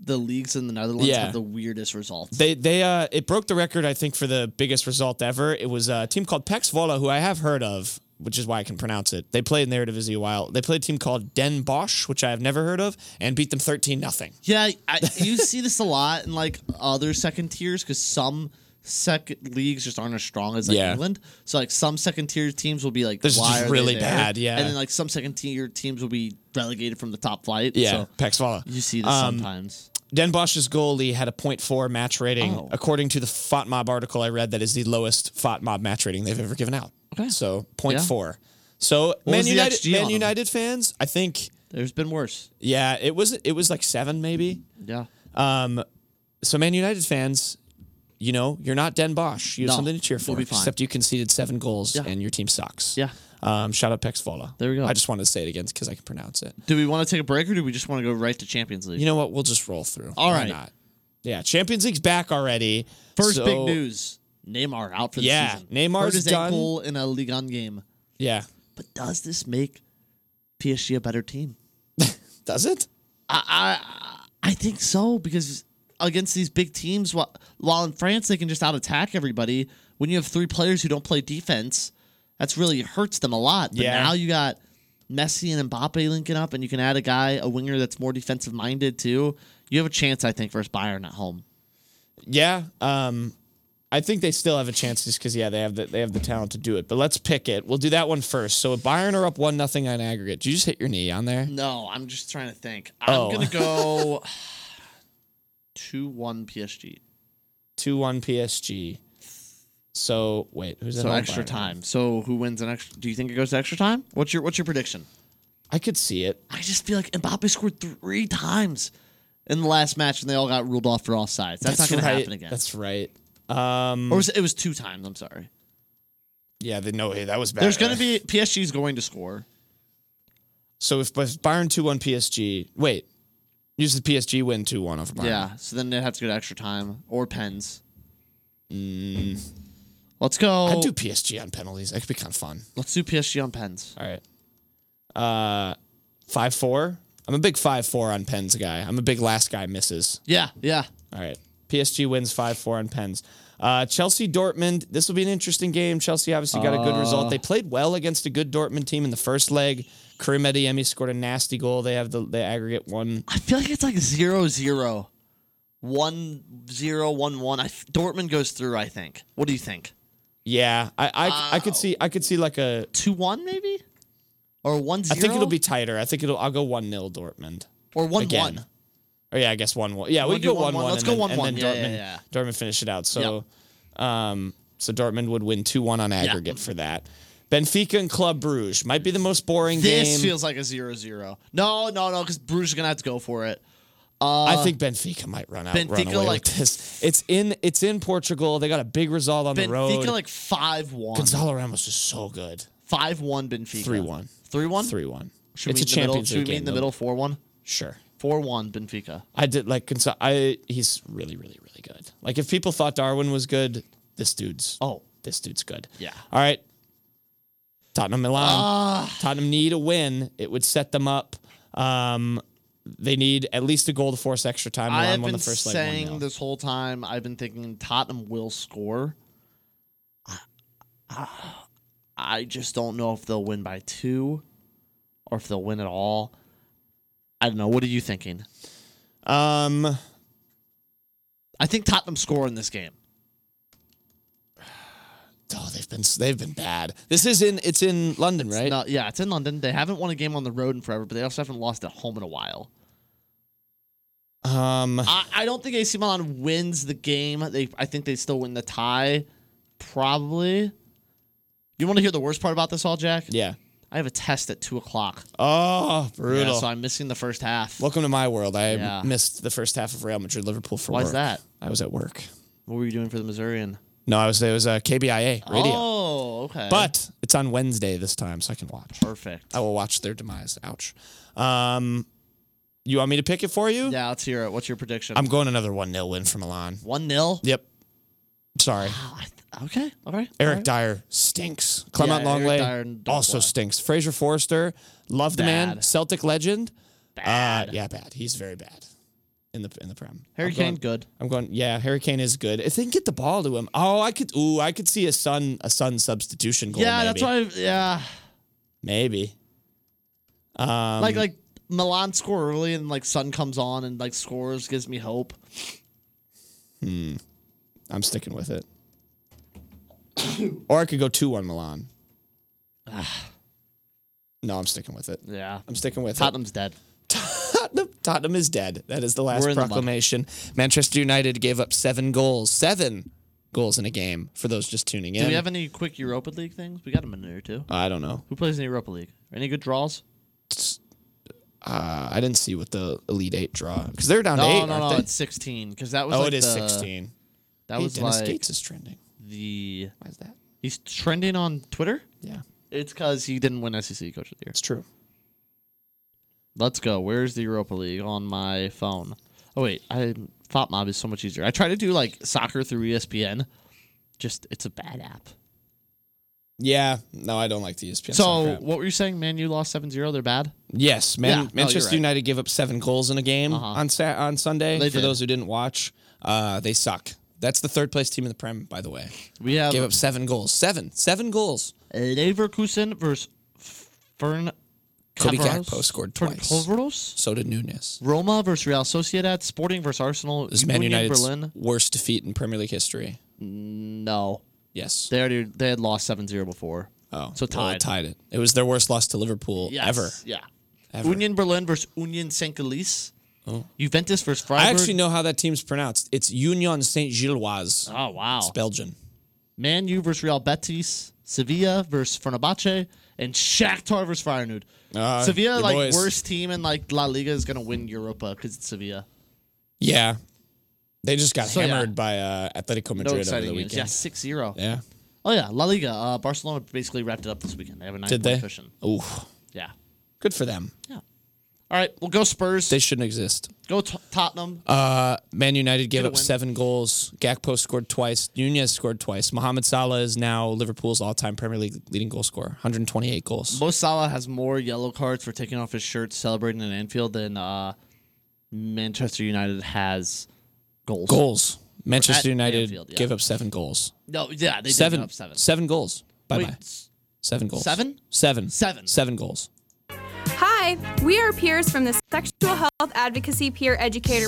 Speaker 5: the leagues in the Netherlands
Speaker 4: Yeah.
Speaker 5: have the weirdest results.
Speaker 4: they they uh it broke the record I think for the biggest result ever. It was a team called Pax Volla, who I have heard of. which is why I can pronounce it. They played in the Eredivisie a while. They played a team called Den Bosch, which I have never heard of, and beat them 13 nothing.
Speaker 5: Yeah, I, you (laughs) see this a lot in like other second tiers because some second leagues just aren't as strong as like,
Speaker 4: Yeah.
Speaker 5: England. So like some second tier teams will be like
Speaker 4: This is
Speaker 5: why
Speaker 4: just
Speaker 5: are they
Speaker 4: really
Speaker 5: there?
Speaker 4: bad, yeah.
Speaker 5: and then like some second tier teams will be relegated from the top flight.
Speaker 4: Yeah,
Speaker 5: so
Speaker 4: Pax Valla.
Speaker 5: you see this
Speaker 4: Um,
Speaker 5: sometimes.
Speaker 4: Den Bosch's goalie had a 0.4 match rating,
Speaker 5: Oh.
Speaker 4: according to the FOTMOB article I read. That is the lowest FOTMOB match rating they've ever given out.
Speaker 5: Okay.
Speaker 4: So 0.4. So Man
Speaker 5: was the
Speaker 4: United,
Speaker 5: XG on
Speaker 4: Man
Speaker 5: them?
Speaker 4: United fans, I think,
Speaker 5: There's been worse.
Speaker 4: yeah, it was it was like seven maybe.
Speaker 5: Yeah.
Speaker 4: Um, so Man United fans, you know, you're not Den Bosch. You have
Speaker 5: No,
Speaker 4: something to cheer for.
Speaker 5: we'll be fine.
Speaker 4: Except you conceded seven goals
Speaker 5: Yeah.
Speaker 4: and your team sucks.
Speaker 5: Yeah.
Speaker 4: Um, shout out Pex Vola.
Speaker 5: There we go.
Speaker 4: I just wanted to say it again because I can pronounce it.
Speaker 5: Do we want to take a break or do we just want to go right to Champions League?
Speaker 4: You know what? We'll just roll through.
Speaker 5: All
Speaker 4: Why
Speaker 5: right.
Speaker 4: not? Yeah, Champions League's back already.
Speaker 5: First
Speaker 4: So-
Speaker 5: big news: Neymar out for the
Speaker 4: Yeah,
Speaker 5: season.
Speaker 4: Neymar's
Speaker 5: Hurt his
Speaker 4: done.
Speaker 5: ankle in a Ligue 1 game.
Speaker 4: Yeah.
Speaker 5: But does this make PSG a better team?
Speaker 4: Does it?
Speaker 5: I I, I think so because against these big teams, while, while in France they can just out attack everybody. When you have three players who don't play defense, that's really hurts them a lot. But
Speaker 4: Yeah.
Speaker 5: now you got Messi and Mbappe linking up, and you can add a guy, a winger that's more defensive minded too. You have a chance, I think, versus Bayern at home.
Speaker 4: Yeah. Um, I think they still have a chance just because yeah they have the they have the talent to do it. But let's pick it. We'll do that one first. So Byron are up one nothing on aggregate. Did you just hit your knee on there?
Speaker 5: No, I'm just trying to think.
Speaker 4: Oh.
Speaker 5: I'm gonna go (sighs) two one PSG.
Speaker 4: Two one PSG. So wait, who's that?
Speaker 5: So extra time. So who wins an extra? Do you think it goes to extra time? What's your what's your prediction?
Speaker 4: I could see it.
Speaker 5: I just feel like Mbappe scored three times in the last match, and they all got ruled off for offsides. That's, not going
Speaker 4: right.
Speaker 5: to happen again.
Speaker 4: That's right. Um,
Speaker 5: or was it, it was two times. I'm sorry.
Speaker 4: yeah, the, no, hey, that was bad.
Speaker 5: There's going to be PSG's going to score.
Speaker 4: so if, if Byron two one PSG. Wait, use the PSG win two one over Byron.
Speaker 5: Yeah. So then they have to go to extra time or pens.
Speaker 4: Mm.
Speaker 5: Let's go.
Speaker 4: I'd do PSG on penalties. That could be kind of fun.
Speaker 5: Let's do PSG on pens.
Speaker 4: All right. Uh, five four. I'm a big five four on pens guy. I'm a big last guy misses.
Speaker 5: Yeah. Yeah.
Speaker 4: All right. PSG wins five four on pens. Uh, Chelsea Dortmund. This will be an interesting game. Chelsea obviously got a good result.
Speaker 5: Uh.
Speaker 4: They played well against a good Dortmund team in the first leg. Karim Ediemi scored a nasty goal. They have the, the aggregate one.
Speaker 5: I feel like it's like zero zero, one zero one one. I f- Dortmund goes through. I think. What do you think?
Speaker 4: Yeah, I I, I could see I could see like a.
Speaker 5: Two one maybe, or one
Speaker 4: I
Speaker 5: zero.
Speaker 4: think it'll be tighter. I think it'll. I'll go one 0 Dortmund.
Speaker 5: or one
Speaker 4: again.
Speaker 5: one.
Speaker 4: Or yeah, I guess one one. Yeah, we
Speaker 5: Wanna
Speaker 4: can
Speaker 5: do
Speaker 4: go
Speaker 5: one,
Speaker 4: one
Speaker 5: one?
Speaker 4: one.
Speaker 5: Let's
Speaker 4: and
Speaker 5: go
Speaker 4: then-
Speaker 5: one,
Speaker 4: and
Speaker 5: one.
Speaker 4: then
Speaker 5: Yeah, yeah,
Speaker 4: Dortmund,
Speaker 5: yeah.
Speaker 4: Dortmund finish it out. So, um, so Dortmund would win two one on aggregate for that. Benfica and Club Bruges might be the most boring
Speaker 5: This
Speaker 4: game.
Speaker 5: feels like a zero zero. No, no, no, because Bruges is gonna have to go for it.
Speaker 4: I think Benfica might run out. run
Speaker 5: Uh, Benfica,
Speaker 4: away
Speaker 5: like-
Speaker 4: with this. It's in it's in Portugal. They got a big result on the road.
Speaker 5: Benfica like five one.
Speaker 4: Gonzalo Ramos is so good.
Speaker 5: Five one Benfica.
Speaker 4: 3-1.
Speaker 5: Three one?
Speaker 4: Three one. It's
Speaker 5: Should we
Speaker 4: a
Speaker 5: meet in the middle?
Speaker 4: Champions
Speaker 5: Should we
Speaker 4: League
Speaker 5: meet
Speaker 4: game.
Speaker 5: in the
Speaker 4: though.
Speaker 5: middle four one?
Speaker 4: Sure.
Speaker 5: Four one Benfica.
Speaker 4: I did like Gonzalo. I he's really really really good. Like if people thought Darwin was good, this dude's
Speaker 5: Oh.
Speaker 4: this dude's good.
Speaker 5: Yeah. Ah.
Speaker 4: All right. Tottenham Milan. Tottenham need a win. It would set them up. Um, they need at least a goal to force extra time.
Speaker 5: I
Speaker 4: Milan
Speaker 5: have
Speaker 4: won
Speaker 5: been
Speaker 4: the first leg.
Speaker 5: saying
Speaker 4: 1-0.
Speaker 5: this whole time, I've been thinking Tottenham will score. I- I- I just don't know if they'll win by two or if they'll win at all. I don't know. What are you thinking?
Speaker 4: Um,
Speaker 5: I think Tottenham score in this game.
Speaker 4: oh, they've been they've been bad. This is in it's in London, right?
Speaker 5: No, yeah, it's in London. They haven't won a game on the road in forever, but they also haven't lost at home in a while.
Speaker 4: um,
Speaker 5: I, I don't think AC Milan wins the game. They, I think they still win the tie, probably. You want to hear the worst part about this all, Jack?
Speaker 4: yeah.
Speaker 5: I have a test at two o'clock.
Speaker 4: Oh,
Speaker 5: Yeah,
Speaker 4: brutal.
Speaker 5: so I'm missing the first half.
Speaker 4: Welcome to my world. I
Speaker 5: Yeah.
Speaker 4: missed the first half of Real Madrid Liverpool for
Speaker 5: Why
Speaker 4: work.
Speaker 5: is that?
Speaker 4: I was at work.
Speaker 5: What were you doing for the Missourian?
Speaker 4: No, I was it was uh, KBIA radio.
Speaker 5: Oh, okay.
Speaker 4: But it's on Wednesday this time, so I can watch.
Speaker 5: perfect.
Speaker 4: I will watch their demise. Ouch. Um, you want me to pick it for you?
Speaker 5: Yeah, let's hear it. What's your prediction?
Speaker 4: I'm going another 1 0 win for Milan.
Speaker 5: one 0
Speaker 4: Yep. Sorry.
Speaker 5: Okay, all right. all
Speaker 4: Eric
Speaker 5: right.
Speaker 4: Dyer stinks. Clement
Speaker 5: Yeah, Eric Dyer
Speaker 4: Longley
Speaker 5: don't
Speaker 4: also
Speaker 5: play.
Speaker 4: stinks. Fraser Forrester, love the man.
Speaker 5: Bad.
Speaker 4: Celtic legend.
Speaker 5: Bad.
Speaker 4: Uh, yeah, bad. He's very bad. in the in the prem.
Speaker 5: Harry
Speaker 4: I'm
Speaker 5: Kane,
Speaker 4: going-
Speaker 5: good.
Speaker 4: I'm going. Yeah, Harry Kane is good. If they can get the ball to him, oh, I could. Ooh, I could see a sun a sun substitution goal.
Speaker 5: yeah, that's
Speaker 4: maybe.
Speaker 5: why. Yeah,
Speaker 4: Maybe. Um,
Speaker 5: like like Milan score early and like Sun comes on and like scores gives me hope.
Speaker 4: I'm sticking with it. or I could go two one Milan.
Speaker 5: Ah.
Speaker 4: no, I'm sticking with it.
Speaker 5: Yeah,
Speaker 4: I'm sticking with it.
Speaker 5: (laughs) Tottenham's dead.
Speaker 4: Tottenham, Tottenham is dead. That is the last
Speaker 5: We're in the mud.
Speaker 4: proclamation. Manchester United gave up seven goals, seven goals in a game. For those just tuning in,
Speaker 5: Do we have any quick Europa League things? We got a minute or two.
Speaker 4: I don't know.
Speaker 5: Who plays in the Europa League? Any good draws?
Speaker 4: Uh, I didn't see what the elite eight draw because they're down
Speaker 5: No,
Speaker 4: to eight.
Speaker 5: no,
Speaker 4: aren't
Speaker 5: no.
Speaker 4: they?
Speaker 5: It's sixteen because that was.
Speaker 4: oh,
Speaker 5: like
Speaker 4: it is
Speaker 5: the-
Speaker 4: sixteen.
Speaker 5: That
Speaker 4: hey,
Speaker 5: was
Speaker 4: Dennis
Speaker 5: like
Speaker 4: Gates is trending.
Speaker 5: the.
Speaker 4: Why is that?
Speaker 5: He's trending on Twitter.
Speaker 4: Yeah,
Speaker 5: It's because he didn't win SEC Coach of the Year.
Speaker 4: it's true.
Speaker 5: Let's go. Where's the Europa League on my phone? Oh wait, I Fop Mob is so much easier. I try to do like soccer through E ESPN. Just it's a bad app.
Speaker 4: Yeah, no, I don't like the E ESPN. soccer
Speaker 5: So
Speaker 4: app.
Speaker 5: what were you saying? Man, you lost 7-0. They're bad.
Speaker 4: Yes, man,
Speaker 5: Yeah. Oh, you're
Speaker 4: Manchester
Speaker 5: right.
Speaker 4: United gave up seven goals in a game
Speaker 5: Uh-huh.
Speaker 4: on Sa- on Sunday.
Speaker 5: They
Speaker 4: For
Speaker 5: did.
Speaker 4: those who didn't watch, uh, they suck. That's the third place team in the Prem, by the way.
Speaker 5: We have
Speaker 4: Gave up seven goals. Seven. Seven goals.
Speaker 5: Leverkusen versus Fern.
Speaker 4: Cody
Speaker 5: Cavaros-
Speaker 4: Gakpo scored
Speaker 5: Fern
Speaker 4: twice.
Speaker 5: Cavaros?
Speaker 4: So did Nunes.
Speaker 5: Roma versus Real Sociedad. Sporting versus Arsenal.
Speaker 4: This is Man
Speaker 5: Union
Speaker 4: United's
Speaker 5: Berlin.
Speaker 4: worst defeat in Premier League history.
Speaker 5: No,
Speaker 4: Yes.
Speaker 5: they already they had lost 7-0 before.
Speaker 4: Oh,
Speaker 5: so
Speaker 4: well, it
Speaker 5: tied.
Speaker 4: tied it. It was their worst loss to Liverpool
Speaker 5: Yes.
Speaker 4: ever.
Speaker 5: Yeah.
Speaker 4: Ever. Oh.
Speaker 5: Union Berlin versus Union Saint Gilles. Juventus versus Freiburg.
Speaker 4: I actually know how that team's pronounced. It's Union Saint Gilloise.
Speaker 5: Oh wow.
Speaker 4: It's Belgian.
Speaker 5: Man U versus Real Betis. Sevilla versus Fenerbahce. And Shakhtar versus Feyenoord.
Speaker 4: Uh,
Speaker 5: Sevilla,
Speaker 4: your
Speaker 5: like
Speaker 4: boys.
Speaker 5: worst team in like La Liga, is gonna win Europa because it's Sevilla.
Speaker 4: Yeah. They just got
Speaker 5: So, yeah.
Speaker 4: hammered by uh, Atletico
Speaker 5: No
Speaker 4: Madrid over
Speaker 5: exciting
Speaker 4: the
Speaker 5: games.
Speaker 4: weekend.
Speaker 5: Yeah, 6-0.
Speaker 4: Yeah.
Speaker 5: Oh yeah, La Liga. Uh, Barcelona basically wrapped it up this weekend. They have a nine
Speaker 4: Did
Speaker 5: point
Speaker 4: they?
Speaker 5: cushion.
Speaker 4: Ooh.
Speaker 5: Yeah.
Speaker 4: Good for them.
Speaker 5: All right, we'll go Spurs.
Speaker 4: They shouldn't exist.
Speaker 5: go Tot- Tottenham.
Speaker 4: Uh, Man United gave
Speaker 5: Get a
Speaker 4: up
Speaker 5: win.
Speaker 4: seven goals. Gakpo scored twice. Nunez scored twice. Mohamed Salah is now Liverpool's all-time Premier League leading goal scorer, 128 goals.
Speaker 5: Mo Salah has more yellow cards for taking off his shirt celebrating in Anfield than uh, Manchester United has goals.
Speaker 4: Goals. Manchester
Speaker 5: At
Speaker 4: United
Speaker 5: Anfield, yeah.
Speaker 4: gave up seven goals.
Speaker 5: No, yeah, they
Speaker 4: Seven,
Speaker 5: did give up seven.
Speaker 4: Seven goals. Bye
Speaker 5: Wait,
Speaker 4: bye.
Speaker 5: s-
Speaker 4: Seven goals.
Speaker 5: seven?
Speaker 4: Seven.
Speaker 5: Seven.
Speaker 4: Seven goals.
Speaker 11: Hi, we are peers from the Sexual Health Advocacy Peer Educator